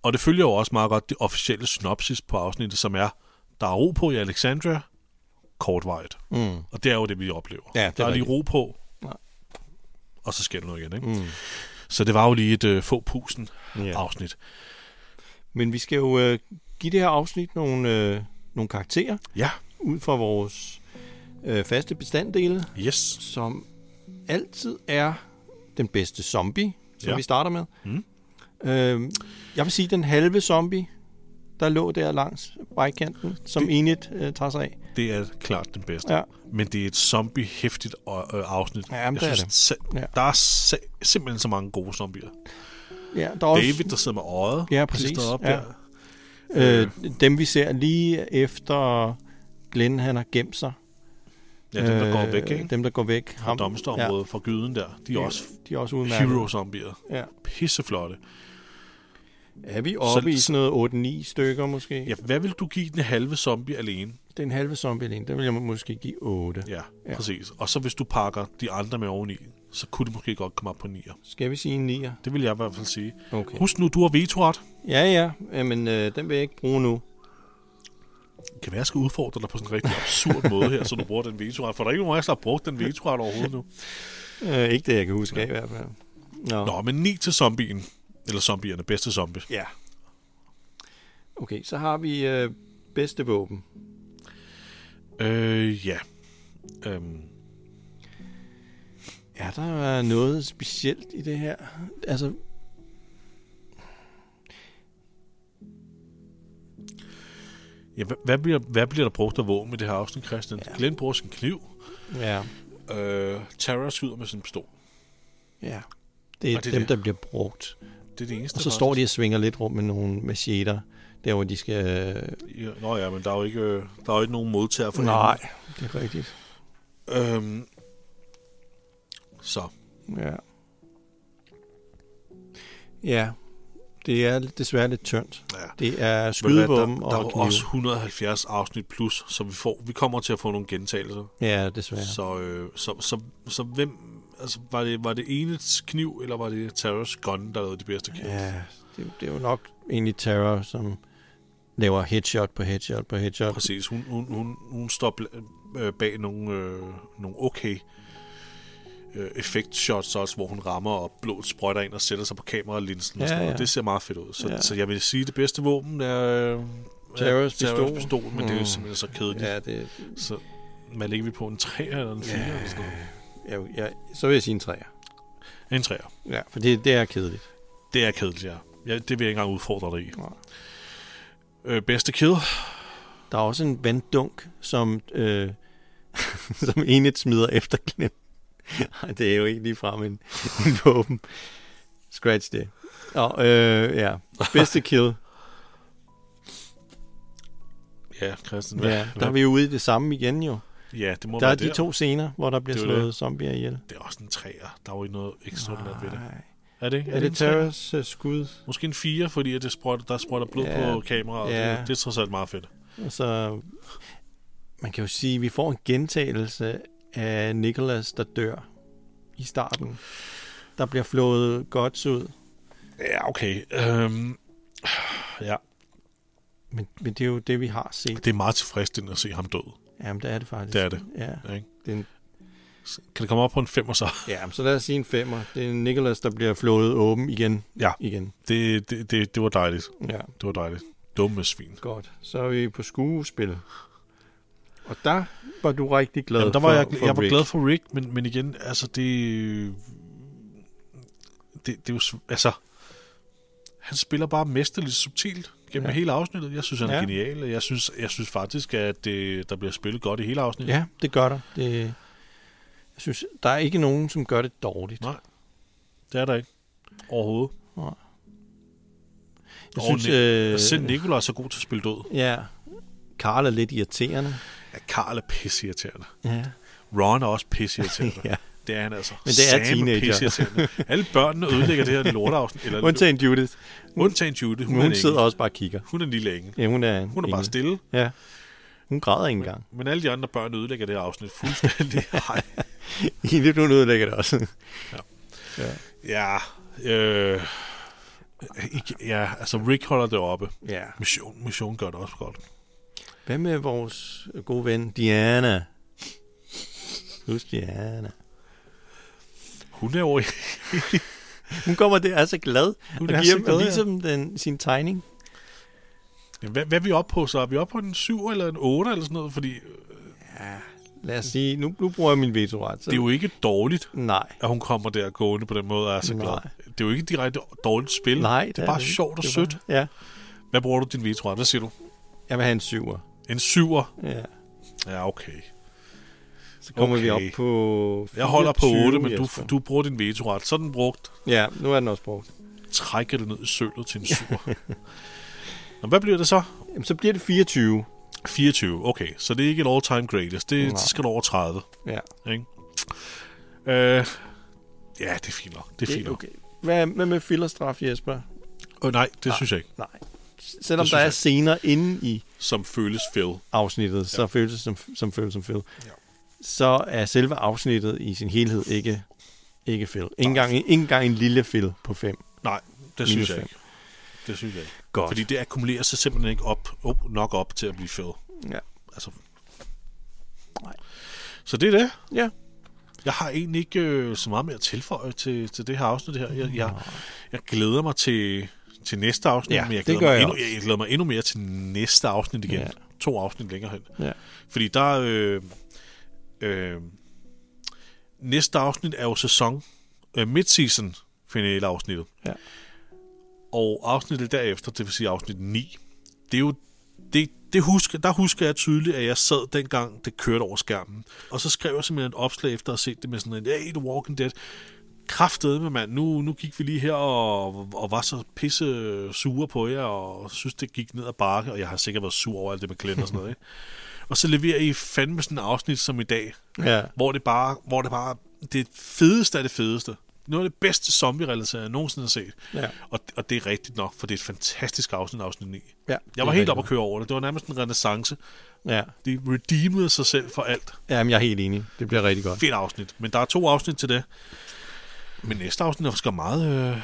og det følger jo også meget godt det officielle synopsis på afsnittet, som er, der er ro på i Alexandria, kortvarigt.
Mm.
Og det er jo det, vi oplever.
Ja, det er
der er lige
rigtigt.
ro på,
Nej.
og så sker der noget igen. Ikke?
Mm.
Så det var jo lige et øh, få pusen
Ja.
afsnit.
Men vi skal jo øh, give det her afsnit nogle, øh, nogle karakterer.
Ja.
Ud fra vores øh, faste bestanddele.
Yes.
Som altid er den bedste zombie, som
Ja.
ja. vi starter med.
Mm.
Øh, jeg vil sige, den halve zombie, der lå der langs vejkanten, som det... Enid øh, tager sig af.
Det er klart den bedste.
Ja.
Men det er et zombie-hæftigt øh, øh, afsnit.
Ja, men det er
synes,
det.
Se, der er se, simpelthen så mange gode zombier.
Ja, der er også-
David, der sidder med øjet.
Ja, præcis.
klistret Op
ja.
ja.
Der. Øh, dem vi ser lige efter Glenn, han har gemt sig. Øh,
Ja, dem, der går væk, ikke?
Dem, der går væk.
Fra domstområdet, fra gyden der. De er også,
de er også udmærket.
hero-zombier.
Ja.
Pisseflotte.
Er vi oppe i sådan noget 8-9 stykker måske?
Ja, hvad vil du give den halve zombie alene?
Den halve zombie alene, der vil jeg må- måske give 8.
Ja, ja, præcis. Og så hvis du pakker de andre med oveni, så kunne det måske godt komme op på en nier.
Skal vi sige en 9'er?
Det vil jeg i hvert fald sige.
Okay.
Husk nu, du har vetoret.
Ja, ja, men øh, den vil jeg ikke bruge nu.
Det kan være, jeg skal udfordre dig på sådan en rigtig absurd måde her, så du bruger den vetoret. For der er ikke nogen af os, der har brugt den vetoret overhovedet nu.
Øh, ikke det, jeg kan huske af i hvert fald. Nå.
Nå, men 9 til zombien. Eller zombierne, bedste zombie.
Ja. Okay, så har vi øh, bedste våben.
Øh, ja. Øhm,
Er der noget specielt i det her? Altså...
ja hvad, hvad, bliver, hvad bliver der brugt af våben i det her afsnit, Christian? Ja. Glenn bruger sin kniv.
Ja.
Øh, Tara skyder med sin pistol.
Ja. Det er
Og det
det
er
dem,
det.
der bliver brugt.
Det er det eneste.
Og så
der-
står de og svinger lidt rundt med nogle macheter, der hvor de skal... Øh,
Ja, Nå ja, men der er jo ikke, øh, der er jo ikke nogen modtager for
nej,
hende.
det er rigtigt.
Øhm, så.
Ja. Ja, det er lidt- desværre lidt tyndt.
Ja.
Det er
Ved du hvad,
skydevåben
der, der er
og
jo
knive.
også 170 afsnit plus, så vi, får, vi kommer til at få nogle gentagelser.
Ja, desværre.
Så, øh, så, så, så, så hvem... Altså, var det, var det Enets kniv, eller var det Taras gun, der lavede de bedste kills?
Ja, det, det er jo nok egentlig Terror, som laver headshot på headshot på headshot.
Præcis. Hun, hun, hun, hun står bl- øh, bag nogle, øh, nogle okay øh, effektshots også, hvor hun rammer og blå sprøjter ind og sætter sig på kameralinsen.
Ja,
og sådan noget.
ja.
Det ser meget fedt ud. Så,
Ja.
ja. så jeg vil sige, at det bedste våben er... Øh, er
Terrors pistol.
pistol. men det er
Mm.
jo simpelthen så kedeligt.
Ja, det-
Så hvad ligger vi på? En 3 eller en 4 eller sådan noget?
Ja, ja, så vil jeg sige en træer.
En 3'er.
Ja, for det, det er kedeligt.
Det er kedeligt, ja. ja. Det vil jeg ikke engang udfordre dig i. Øh, bedste kill?
Der er også en vanddunk, som, øh, som enigt smider efter Glenn. Ej, det er jo ikke ligefrem en, en våben. Scratch det. Og, øh, ja, bedste kill.
Ja, Christian. Hvad,
Ja, der
hvad?
er vi jo ude i det samme igen jo.
Ja, det må
der
være
er de
der.
to scener, hvor der bliver
Det er jo
slået
det.
zombier ihjel.
Det er også en 3'er. Der er jo ikke noget ekstraordinært ved det. Er
Er
det,
det
en treer?
Terras, øh, skud?
Måske en 4, fordi at det sprøjter, der sprøjter blod
Ja.
på kameraet. og
Ja.
Det, det er trods alt meget fedt.
Altså, man kan jo sige, at vi får en gentagelse af Nicholas, der dør i starten. Der bliver flået godt ud.
Ja, okay. Øhm, ja.
Men, men det er jo det, vi har set.
Det er meget tilfredsstillende at se ham død.
Jamen, det er det faktisk.
Det er det.
Ja.
Ikke?
Det er en,
Kan det komme op på en 5 så?
ja, men så lad os sige en femmer. Det er Nicholas, der bliver flået åben igen.
Ja.
Igen.
Det, det, det, det var dejligt.
Ja.
Det var dejligt. Dumme svin.
Godt. Så er vi på skuespil. Og der var du rigtig glad
Jamen, der var
for,
jeg,
for
jeg var
Rick.
glad for Rick, men, men igen, altså det, det, det er jo, sv- altså, Han spiller bare mesterligt subtilt gennem
Ja.
ja. hele afsnittet. Jeg synes, han er
Ja.
ja. genial. og Jeg synes, jeg synes faktisk, at det, der bliver spillet godt i hele afsnittet.
Ja, det gør der. Det, jeg synes, der er ikke nogen, som gør det dårligt.
Nej. Det er der ikke. Overhovedet.
Nej.
Jeg
Jeg
synes,
synes,
Nik-
øh,
øh, selv Nikolaj er så god til at spille død.
Ja. Karl er lidt irriterende.
Ja, Karl er pisseirriterende.
Ja.
Ron er også pisseirriterende.
Ja.
Det er han altså.
Men det er
Sam
teenager.
pisseirriterende. Alle børnene ødelægger det her lorteafsnit. Eller
Undtagen Judith.
Undtagen Judith.
Hun,
er en
hun sidder
engel.
også bare og kigger.
Hun er en lille engel.
Ja, hun er en
Hun er bare
engel.
stille.
Ja. Hun græder ikke engang.
Men alle de andre børn ødelægger det her afsnit fuldstændig. Ej.
I lidt hun ødelægger det også.
Ja.
ja.
Ja, øh, ikke, ja, altså Rick holder det oppe.
Ja.
Mission, mission gør det også godt.
Hvad med vores gode ven Diana? Husk Diana.
Hun er over
Hun kommer der, er så glad.
Hun
og
er
giver
så
dem
glad, ja.
ligesom den, sin tegning.
Jamen, Hvad, hvad er vi oppe på så? Er vi oppe på en 7 eller en 8 eller sådan noget? Fordi øh,
Lad os sige, nu, nu bruger jeg min vetoret.
Mm. det er jo ikke dårligt,
Nej.
at hun kommer der gående på den måde og er så glad.
Nej.
Det er jo ikke direkte dårligt spil.
Nej,
det er
det er
bare
det ikke.
sjovt og
Det er
sødt.
bare- ja.
Hvad bruger du din vetoret? Hvad siger du?
Jeg vil have en syver.
En syver?
Ja.
Ja, okay.
Så kommer vi op på
Jeg holder på 8,
24,
men du,
Jesper.
du bruger din vetoret. Så er den brugt.
Ja, nu er den også brugt.
Trækker det ned i sølet til en syver. Nå, hvad bliver det så?
Jamen, så bliver det 24.
24, okay. Så det er ikke et all-time greatest. Det,
Nej.
det skal du over 30.
Ja.
Ikke? Øh, ja, det er fint nok. Det er fint nok.
okay. Hvad, hvad med fillerstraf, Jesper?
Øh, nej, det synes jeg ikke.
Nej. Selvom
Det
der
synes
er
jeg.
scener inde i
Som føles fed.
afsnittet, ja. så føles det som, som føles som fed. Ja. Så er selve afsnittet i sin helhed ikke, ikke fed. Ikke engang, ikke engang en lille fed på 5.
Nej, det
Minus
synes jeg
fem.
ikke. Det synes jeg ikke.
Godt.
Fordi det akkumulerer sig simpelthen ikke op, op, nok op til at blive fed.
Ja.
Altså. Nej. Så det er det.
Ja.
Jeg har egentlig ikke øh, så meget mere at tilføje til, til det her afsnit her. Jeg, jeg, jeg glæder mig til, til næste afsnit,
Ja,
men jeg
det
glæder,
gør
mig
jeg
endnu,
også.
jeg, jeg glæder mig endnu mere til næste afsnit igen.
Ja.
To afsnit længere hen.
Ja.
Fordi der... Øh, øh, næste afsnit er jo sæson øh, midseason finale afsnittet.
Ja.
Og afsnittet derefter, det vil sige afsnit 9, det er jo det, det husker, der husker jeg tydeligt, at jeg sad dengang, det kørte over skærmen. Og så skrev jeg simpelthen et opslag efter at have set det med sådan en, hey, The Walking Dead, kraftede med mand, nu, nu gik vi lige her og, og var så pisse sure på jer, og synes, det gik ned ad bakke, og jeg har sikkert været sur over alt det med Glenn og sådan noget. Ikke? Og så leverer I fandme sådan et afsnit som i dag,
Ja.
hvor det bare, hvor det bare, det fedeste af det fedeste. Noget af det bedste zombie-relateret, jeg nogensinde har set.
Ja.
Og, og det er rigtigt nok, for det er et fantastisk afsnit, afsnit 9.
Ja, det
jeg
er
var helt
rigtigt
oppe at køre over det. Det var nærmest en renaissance.
Ja.
De redeemede sig selv for alt.
Jamen, jeg er helt enig. Det bliver rigtig godt.
Fedt afsnit. Men der er to afsnit til det. Men næste afsnit er også meget, øh,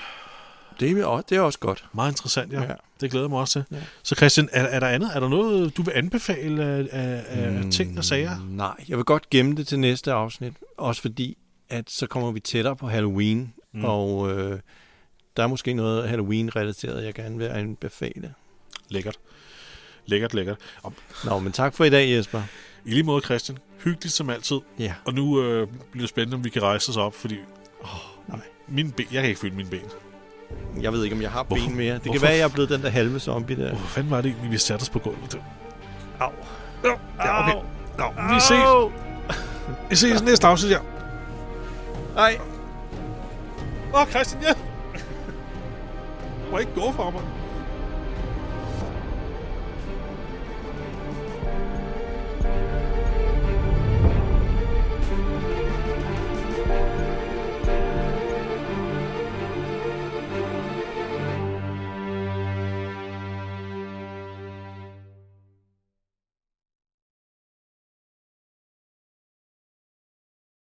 Det er, også- det er også godt.
meget interessant, ja.
Ja.
ja. Det glæder jeg mig også til.
Ja.
Ja. Så Christian, er, er der andet? Er der noget, du vil anbefale af, af, af ting og sager?
Mm, Nej, jeg vil godt gemme det til næste afsnit. Også fordi, at så kommer vi tættere på Halloween. Mm.
Mm.
Og øh, der er måske noget Halloween-relateret, jeg gerne vil anbefale.
Lækkert. Lækkert, lækkert. Og
Nå, men tak for i dag, Jesper.
I lige måde, Christian. Hyggeligt som altid.
Ja.
Og nu øh, bliver det spændende, om vi kan rejse os op, fordi... Oh,
nej.
Mine ben, jeg kan ikke føle mine ben.
Jeg ved ikke, om jeg har ben
Hvorfor-
mere. Det kan
hvorfor-
være, jeg er blevet den der halve zombie der.
Hvor fanden var det egentlig, vi satte os på gulvet?
Au.
Ja, okay. Nå, vi ses. Vi ses i næste afsnit, ja.
Hej.
Åh, Christian, ja. Du må ikke gå for mig.